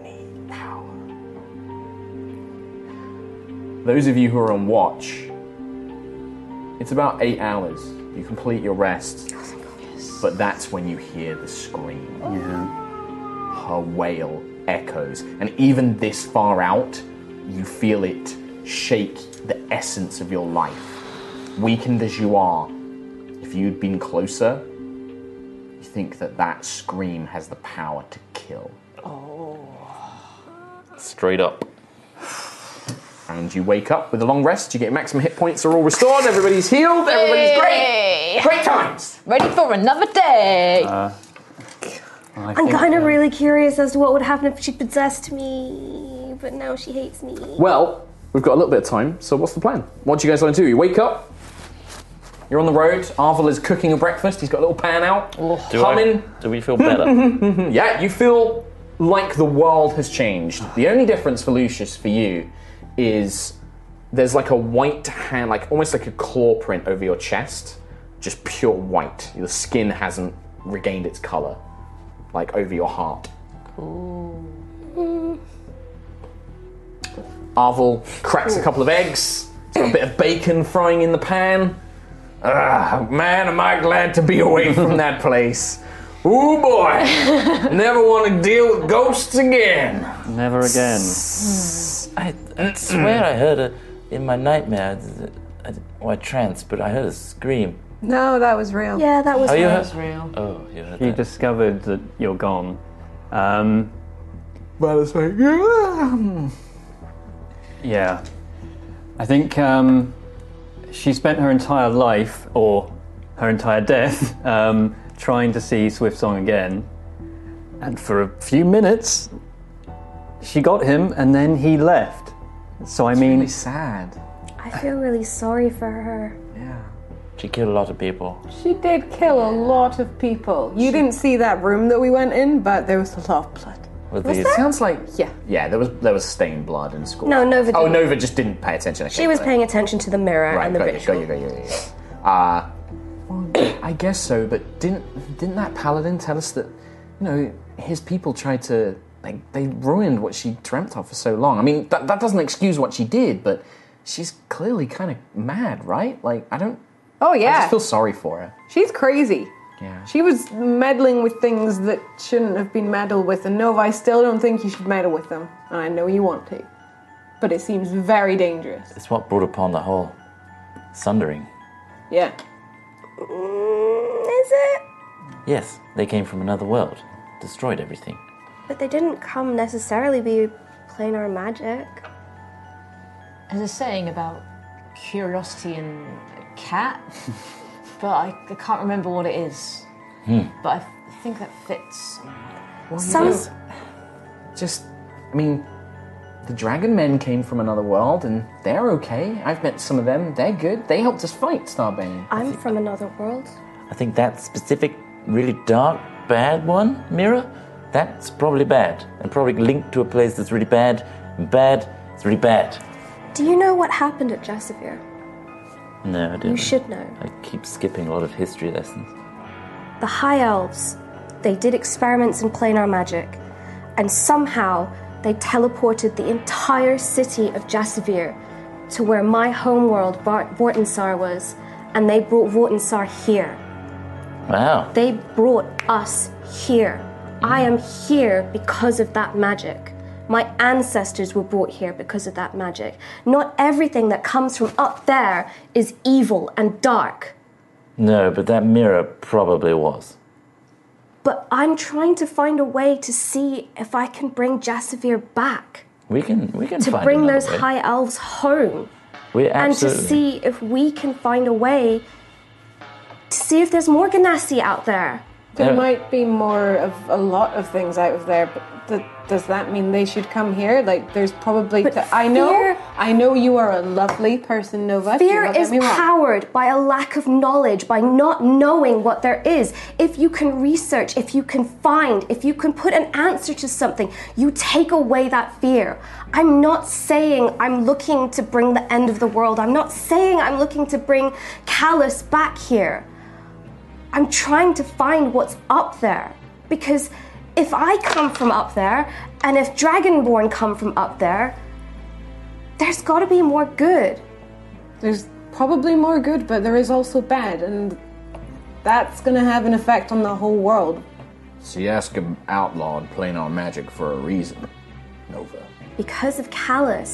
Speaker 7: Need power. Those of you who are on watch, it's about eight hours. You complete your rest. But that's when you hear the scream. Her wail echoes. And even this far out, you feel it shake the essence of your life. Weakened as you are, if you'd been closer, you think that that scream has the power to kill.
Speaker 8: Straight up.
Speaker 7: And you wake up with a long rest, you get maximum hit points are all restored, everybody's healed, everybody's great! Great times!
Speaker 4: Ready for another day!
Speaker 6: Uh.
Speaker 2: I
Speaker 6: I'm
Speaker 2: think-
Speaker 7: uh,
Speaker 6: kind of really curious as to what would happen if she possessed me, but now she hates me.
Speaker 7: Well, we've got a little bit of time, so what's the plan? What do you guys want to do? You wake up, you're on the road, Arvel is cooking a breakfast, he's got a little pan out,
Speaker 8: Do,
Speaker 7: humming.
Speaker 8: I, do we feel
Speaker 7: <laughs>
Speaker 8: better?
Speaker 7: yeah, you feel like the world has changed. The only difference for Lucius for you is there's like a white hand, like almost like a claw print over your chest, just pure white. Your skin hasn't regained its color, like over your heart. Arvel cracks a couple of eggs, a bit of bacon frying in the pan. Ah, man, am I glad to be away from that place. Ooh boy, never want to deal with ghosts again.
Speaker 2: Never
Speaker 9: <laughs>
Speaker 2: again.
Speaker 8: I, I swear I heard a, in my nightmare, I, I, or a trance, but I heard a scream.
Speaker 9: No, that was real.
Speaker 6: Yeah, that
Speaker 8: oh, you heard?
Speaker 4: real.
Speaker 8: Oh, you heard
Speaker 2: He
Speaker 8: that.
Speaker 2: discovered that you're gone. Um, yeah. I think um, she spent her entire life, or her entire death, <laughs> um, trying to see Swift Song again. And for a few minutes, she got him, and then he left. So I mean,
Speaker 7: Really sad.
Speaker 6: I feel really sorry for her.
Speaker 7: Yeah.
Speaker 8: She killed a lot of people.
Speaker 9: She did kill a lot of people. You didn't see that room that we went in, but there was a lot of blood.
Speaker 8: With
Speaker 6: Was
Speaker 8: these.
Speaker 6: there?
Speaker 7: Sounds like
Speaker 6: yeah.
Speaker 7: Yeah, there was there was stained blood in school.
Speaker 6: No, Nova
Speaker 7: Oh,
Speaker 6: didn't.
Speaker 7: Nova just didn't pay attention. Okay,
Speaker 6: She was
Speaker 7: got it.
Speaker 6: paying attention to the mirror
Speaker 7: Right,
Speaker 6: and the
Speaker 7: got
Speaker 6: ritual.
Speaker 7: you, got you, got you, got you. Uh, well, I guess so, but didn't didn't that paladin tell us that you know his people tried to like they ruined what she dreamt of for so long? I mean, that that doesn't excuse what she did, but she's clearly kind of mad, right? Like I don't.
Speaker 9: Oh
Speaker 7: I
Speaker 9: yeah,
Speaker 7: just feel sorry for her.
Speaker 9: she's crazy.
Speaker 7: Yeah.
Speaker 9: She was meddling with things that shouldn't have been meddled with, and Nova, I still don't think you should meddle with them. And I know you want to, but it seems very dangerous.
Speaker 8: It's what brought upon the whole sundering.
Speaker 9: Yeah.
Speaker 6: Mm, Is it?
Speaker 8: Yes, they came from another world, destroyed everything.
Speaker 6: But they didn't come necessarily be playing our magic.
Speaker 4: There's a saying about curiosity and a
Speaker 6: <laughs>
Speaker 4: cat, but I, I can't remember what it is.
Speaker 7: Hmm.
Speaker 4: But I f- think that fits.
Speaker 7: Some- Just, I mean, the dragon men came from another world, and they're okay. I've met some of them. They're good. They helped us fight Starbane.
Speaker 6: I'm from another world.
Speaker 8: I think that specific, really dark, bad one, Mira, that's probably bad. And probably linked to a place that's really bad, and bad, it's really bad.
Speaker 6: Do you know what happened at Jasavir?
Speaker 8: No, I don't.
Speaker 6: You should know.
Speaker 8: I keep skipping a lot of history lessons.
Speaker 6: The High Elves, they did experiments in planar magic, and somehow they teleported the entire city of Jasavir to where my homeworld, Bart- Vortensar, was, and they brought Vortensar here.
Speaker 8: Wow.
Speaker 6: They brought us here. I am here because of that magic. My ancestors were brought here because of that magic. Not everything that comes from up there is evil and dark,
Speaker 8: No, but that mirror probably was.
Speaker 6: but I'm trying to find a way to see if I can bring Jasavir back.
Speaker 8: We can we can
Speaker 6: to
Speaker 8: find
Speaker 6: bring
Speaker 8: another
Speaker 6: those
Speaker 8: way.
Speaker 6: high elves home.
Speaker 8: We
Speaker 6: And to
Speaker 8: absolutely.
Speaker 6: see if we can find a way to see if there's more Ganassi out there.
Speaker 9: There
Speaker 8: Yeah.
Speaker 9: might be more of a lot of things out of there, but th- does that mean they should come here? Like, there's probably. th- I know,
Speaker 6: fear-
Speaker 9: I know you are a lovely person, Nova. do
Speaker 6: Fear
Speaker 9: not get
Speaker 6: is
Speaker 9: me wrong.
Speaker 6: powered by a lack of knowledge, by not knowing what there is. If you can research, if you can find, if you can put an answer to something, you take away that fear. I'm not saying I'm looking to bring the end of the world. I'm not saying I'm looking to bring Callus back here. I'm trying to find what's up there because if I come from up there and if Dragonborn come from up there, there's got to be more good.
Speaker 9: There's probably more good, but there is also bad, and that's going to have an effect on the whole world.
Speaker 1: Siaska outlawed planar magic for a reason, Nova.
Speaker 6: because of Callus.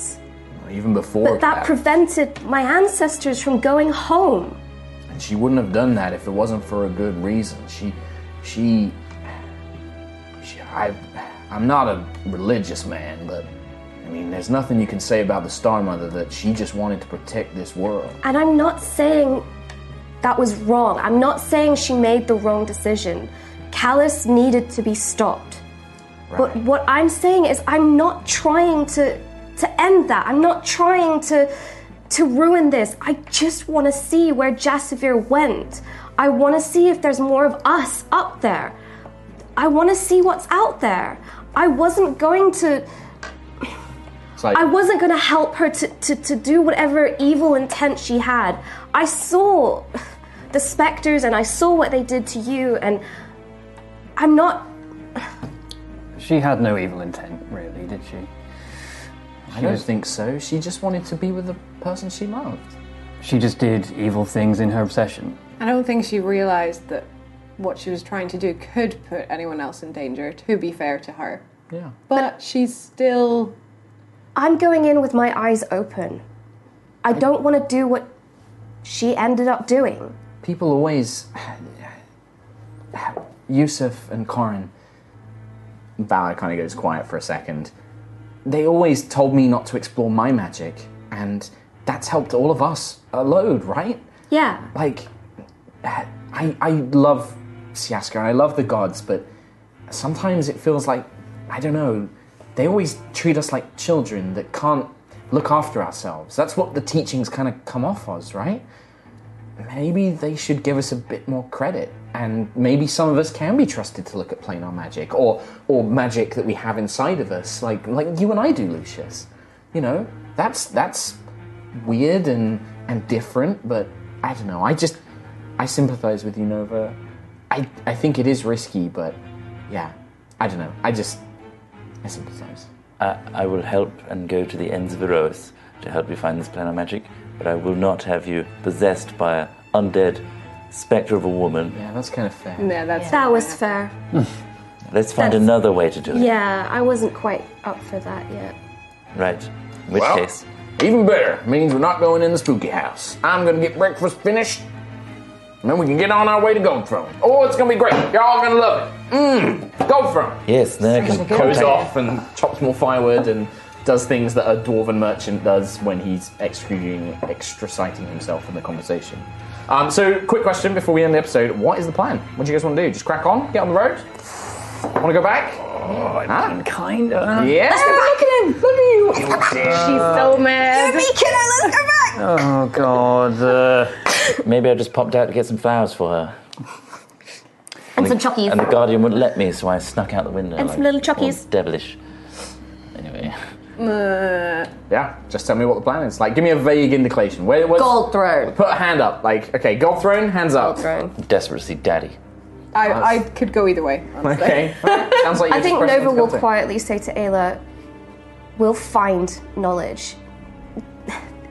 Speaker 1: Even before
Speaker 6: But that prevented my ancestors from going home.
Speaker 1: And she wouldn't have done that if it wasn't for a good reason. She, she, she I, I'm not a religious man, but I mean, there's nothing you can say about the Star Mother that she just wanted to protect this world.
Speaker 6: And I'm not saying that was wrong. I'm not saying she made the wrong decision. Callus needed to be stopped. But what I'm saying is I'm not trying to to end that. I'm not trying to to ruin this. I just want to see where Jasavir went. I want to see if there's more of us up there. I want to see what's out there. I wasn't going to
Speaker 1: It's like,
Speaker 6: I wasn't going to help her to, to, to do whatever evil intent she had. I saw the specters and I saw what they did to you, and I'm not.
Speaker 2: She had no evil intent, really, did she?
Speaker 1: I don't think so. She just wanted to be with the person she loved.
Speaker 2: She just did evil things in her obsession.
Speaker 9: I don't think she realized that what she was trying to do could put anyone else in danger, to be fair to her.
Speaker 1: Yeah.
Speaker 9: But she's still.
Speaker 6: I'm going in with my eyes open. I don't want to do what she ended up doing.
Speaker 7: People always. Yusuf and Corin. Valor kind of goes quiet for a second. They always told me not to explore my magic, and that's helped all of us a load, right?
Speaker 6: Yeah.
Speaker 7: Like, I, I love Siaska and I love the gods, but sometimes it feels like, I don't know, they always treat us like children that can't look after ourselves. That's what the teachings kind of come off as, right? maybe they should give us a bit more credit. And maybe some of us can be trusted to look at planar magic or or magic that we have inside of us, like like you and I do, Lucius. You know, that's that's weird and and different, but I don't know. I just I sympathize with you, Nova. I I think it is risky, but yeah, I don't know. I just I sympathize.
Speaker 8: I, I will help and go to the ends of Eros to help you find this planar magic, but I will not have you possessed by an undead spectre of a woman.
Speaker 7: Yeah, that's kind of fair.
Speaker 6: No, that's that was fair.
Speaker 8: Let's find
Speaker 6: That's-
Speaker 8: another way to do it.
Speaker 6: Yeah, I wasn't quite up for that yet.
Speaker 8: Right. In which
Speaker 7: Well,
Speaker 8: case,
Speaker 7: Even better means we're not going in the spooky house. I'm gonna get breakfast finished, and then we can get on our way to Gold Throne. Oh, it's gonna be great. You're all gonna love it. Mmm, Gold Throne.
Speaker 8: yes, then I
Speaker 7: He
Speaker 8: can
Speaker 7: goes
Speaker 8: contact-
Speaker 7: off and chops more firewood and does things that a dwarven merchant does when he's extricating, extriciting himself from the conversation. Um, so, quick question before we end the episode: What is the plan? What do you guys want to do? Just crack on, get on the road. Want to go back? huh?
Speaker 13: Kinda.
Speaker 7: Yeah.
Speaker 13: go back in. Look at you.
Speaker 7: Oh,
Speaker 9: mad.
Speaker 10: You're beacon, let's go back!
Speaker 8: Oh God! Maybe I just popped out to get some flowers for her.
Speaker 6: And
Speaker 8: the-
Speaker 6: some chockies.
Speaker 8: And the guardian wouldn't let me, so I snuck out the window.
Speaker 6: And some little
Speaker 8: all
Speaker 6: chockies.
Speaker 8: Devilish. Anyway.
Speaker 7: Yeah. Just tell me what the plan is. Like, give me a vague indication. Where was
Speaker 6: Gold Throne?
Speaker 7: Put a hand up. Like, okay, Gold Throne, hands up. Gold
Speaker 6: Throne.
Speaker 8: Desperately, daddy.
Speaker 9: I, I could go either way.
Speaker 7: <laughs>
Speaker 9: honestly.
Speaker 7: Okay. Sounds like
Speaker 6: I
Speaker 7: you're
Speaker 6: think
Speaker 7: just pressing
Speaker 6: Nova will
Speaker 7: into Gold Throne.
Speaker 6: quietly say to Ayla, "We'll find knowledge.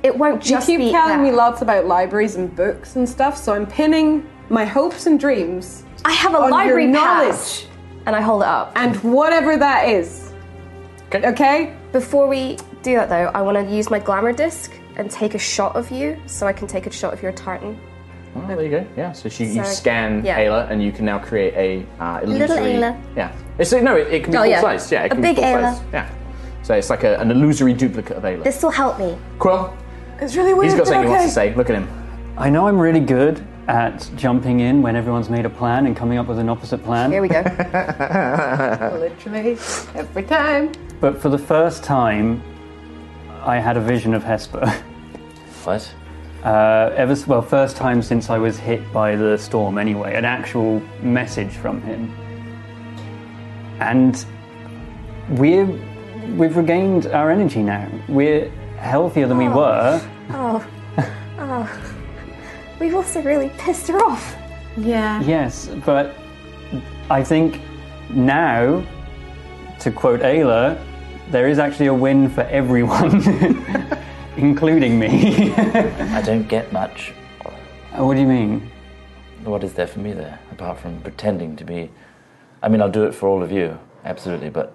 Speaker 6: It won't
Speaker 9: You
Speaker 6: just
Speaker 9: keep
Speaker 6: be
Speaker 9: telling
Speaker 6: that.
Speaker 9: me lots about libraries and books and stuff, so I'm pinning my hopes and dreams.
Speaker 6: I have a
Speaker 9: on
Speaker 6: library
Speaker 9: your
Speaker 6: pass.
Speaker 9: knowledge
Speaker 6: and I hold it up.
Speaker 9: and whatever that is.
Speaker 7: Okay.
Speaker 6: Before we do that, though, I want to use my glamour disc and take a shot of you, so I can take a shot of your tartan.
Speaker 7: Oh, there you go. Yeah. So she, you
Speaker 6: So-
Speaker 7: scan
Speaker 6: yeah.
Speaker 7: Ayla, and you can now create a uh,
Speaker 6: Little
Speaker 7: illusory-
Speaker 6: Ayla.
Speaker 7: Yeah. It's, no, it, it can be
Speaker 6: Oh,
Speaker 7: full
Speaker 6: yeah.
Speaker 7: size. Yeah. It
Speaker 6: A
Speaker 7: can
Speaker 6: big
Speaker 7: be full
Speaker 6: Ayla.
Speaker 7: size. Yeah. So it's like a, an illusory duplicate of Ayla.
Speaker 6: This will help me.
Speaker 7: Quill.
Speaker 9: It's really
Speaker 7: He's got something he wants to say. Look at him.
Speaker 2: I know I'm really good at jumping in when everyone's made a plan and coming up with an opposite plan.
Speaker 6: Here we
Speaker 9: <laughs>
Speaker 6: go.
Speaker 9: Literally every time.
Speaker 2: But for the first time, I had a vision of Hesper. <laughs>
Speaker 8: What?
Speaker 2: Uh, ever s- well, first time since I was hit by the storm. Anyway, an actual message from him, and we're we've regained our energy now. We're healthier than we
Speaker 6: Oh.
Speaker 2: were.
Speaker 6: Oh, oh, we've also really pissed her off.
Speaker 9: Yeah.
Speaker 2: Yes, but I think now, to quote Ayla, there is actually a win for everyone, <laughs> including me. <laughs>
Speaker 8: I don't get much.
Speaker 2: what do you mean?
Speaker 8: What is there for me there, apart from pretending to be? I mean, I'll do it for all of you, absolutely, but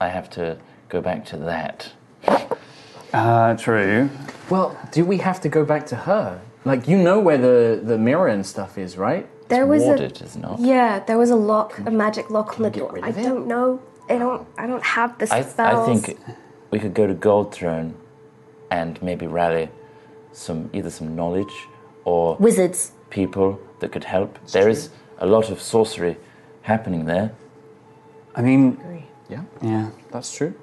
Speaker 8: I have to go back to that.
Speaker 2: Uh, true.
Speaker 7: Well, do we have to go back to her? Like, you know where the, the mirror and stuff is, right?
Speaker 6: There was
Speaker 8: Warded,
Speaker 6: a
Speaker 8: is it not?
Speaker 6: yeah, there was a lock, a magic lock on the door.
Speaker 8: rid
Speaker 6: I
Speaker 8: of it?
Speaker 6: don't know. I don't. I don't have the
Speaker 8: I,
Speaker 6: spells.
Speaker 8: I think we could go to Gold Throne and maybe rally some either some knowledge or
Speaker 6: wizards
Speaker 8: people that could help. There is a lot of sorcery happening there.
Speaker 2: I mean,
Speaker 7: yeah,
Speaker 2: yeah,
Speaker 7: that's true.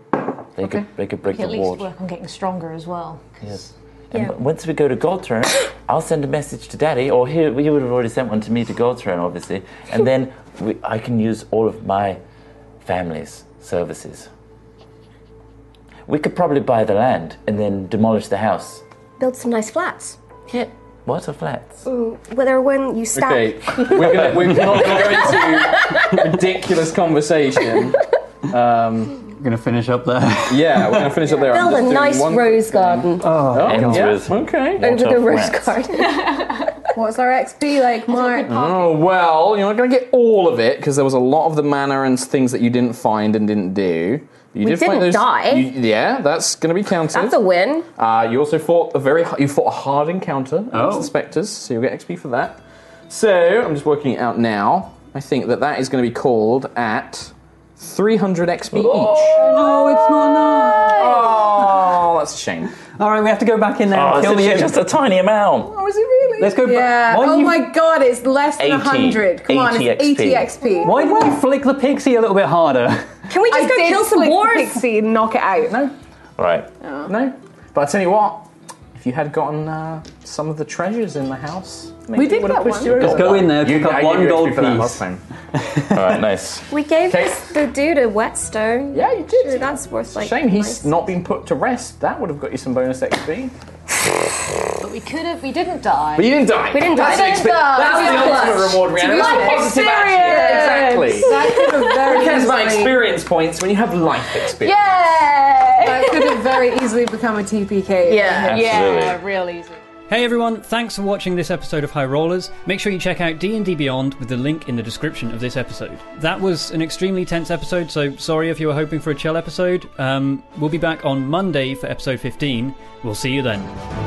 Speaker 8: They could they could break
Speaker 4: at
Speaker 8: the
Speaker 4: least
Speaker 8: ward.
Speaker 4: work on getting stronger as well.
Speaker 8: Yes. And w- once we go to Gold Throne, <coughs> I'll send a message to Daddy, or he, you would have already sent one to me to Gold Throne, obviously, and
Speaker 4: <laughs>
Speaker 8: then we, I can use all of my family's services. We could probably buy the land and then demolish the house.
Speaker 6: build some nice flats.
Speaker 8: Yeah. What a flat.
Speaker 6: Mm, whether when you stack.
Speaker 7: Okay, we're, gonna, we're not going to ridiculous conversation. Um,
Speaker 2: I'm gonna finish up there.
Speaker 7: yeah, we're gonna finish up there. I'm
Speaker 6: Build
Speaker 7: just
Speaker 6: a
Speaker 7: doing
Speaker 6: nice
Speaker 7: one-
Speaker 6: rose garden
Speaker 2: Oh,
Speaker 7: Oh,
Speaker 2: God.
Speaker 7: yeah. okay.
Speaker 6: over the rose garden.
Speaker 9: What's our XP like, Mark?
Speaker 7: Oh well, you're not going to get all of it because there was a lot of the manor and things that you didn't find and didn't do. You
Speaker 6: We
Speaker 7: did find
Speaker 6: didn't
Speaker 7: those,
Speaker 6: die.
Speaker 7: you- yeah, that's going to be counted.
Speaker 6: That's a win.
Speaker 7: uh, you also fought a very h- you fought a hard encounter against
Speaker 2: Oh.
Speaker 7: the specters, so you'll get XP for that. So I'm just working it out now. I think that that is going to be called at 300 XP
Speaker 6: Oh,
Speaker 7: each.
Speaker 2: No, it's not enough.
Speaker 7: Oh, that's a shame.
Speaker 2: All right, we have to go back in there
Speaker 8: Oh,
Speaker 2: and kill
Speaker 8: it's
Speaker 2: the
Speaker 8: actually just a tiny amount.
Speaker 9: Oh, is it really?
Speaker 2: Let's go back.
Speaker 9: Yeah.
Speaker 2: Why
Speaker 9: oh
Speaker 2: you-
Speaker 9: my god, it's less than
Speaker 8: 80.
Speaker 9: 100. Come on,
Speaker 8: 80
Speaker 9: it's 80 XP.
Speaker 2: Why didn't you flick the pixie a little bit harder?
Speaker 6: Can we just
Speaker 9: I
Speaker 6: go
Speaker 9: did
Speaker 6: kill some
Speaker 9: flick the
Speaker 6: wars?
Speaker 9: Pixie and knock it out.
Speaker 7: No,
Speaker 8: Right.
Speaker 7: no. But I tell you what, if If you had gotten uh, some of the treasures in the house, maybe
Speaker 9: We
Speaker 7: it
Speaker 9: did
Speaker 7: would've
Speaker 9: get
Speaker 7: pushed
Speaker 9: one.
Speaker 7: you over
Speaker 14: Just
Speaker 7: the
Speaker 14: go
Speaker 7: bar.
Speaker 14: in there,
Speaker 7: You-
Speaker 14: pick up
Speaker 7: I gave
Speaker 14: one
Speaker 7: you
Speaker 14: gold
Speaker 7: XP for that
Speaker 14: piece.
Speaker 7: last time. All right, nice.
Speaker 6: We gave
Speaker 7: Okay.
Speaker 6: the dude a whetstone.
Speaker 7: Yeah, you did.
Speaker 6: that's worth like.
Speaker 7: Shame he's not been put to rest. That would have got you some bonus XP.
Speaker 4: But we could have. We didn't die.
Speaker 7: But you didn't die.
Speaker 4: We didn't
Speaker 7: That's
Speaker 4: die.
Speaker 7: the
Speaker 4: We
Speaker 7: expe-
Speaker 4: didn't die.
Speaker 7: That's the
Speaker 4: That's
Speaker 7: ultimate
Speaker 4: clutch.
Speaker 7: reward, Rihanna.
Speaker 4: To
Speaker 7: That's
Speaker 4: life
Speaker 7: the positive action.
Speaker 4: experience.
Speaker 7: Exactly.
Speaker 4: That could have very
Speaker 7: Who cares about
Speaker 4: easily-
Speaker 7: experience points when you have life experience?
Speaker 9: That could have very easily become a TPK.
Speaker 2: Yeah. Absolutely.
Speaker 9: real easy.
Speaker 2: Hey everyone, thanks for watching this episode of High Rollers. Make sure you check out D&D Beyond with the link in the description of this episode. That was an extremely tense episode, so sorry if you were hoping for a chill episode. Um, we'll be back on Monday for episode 15. We'll see you then.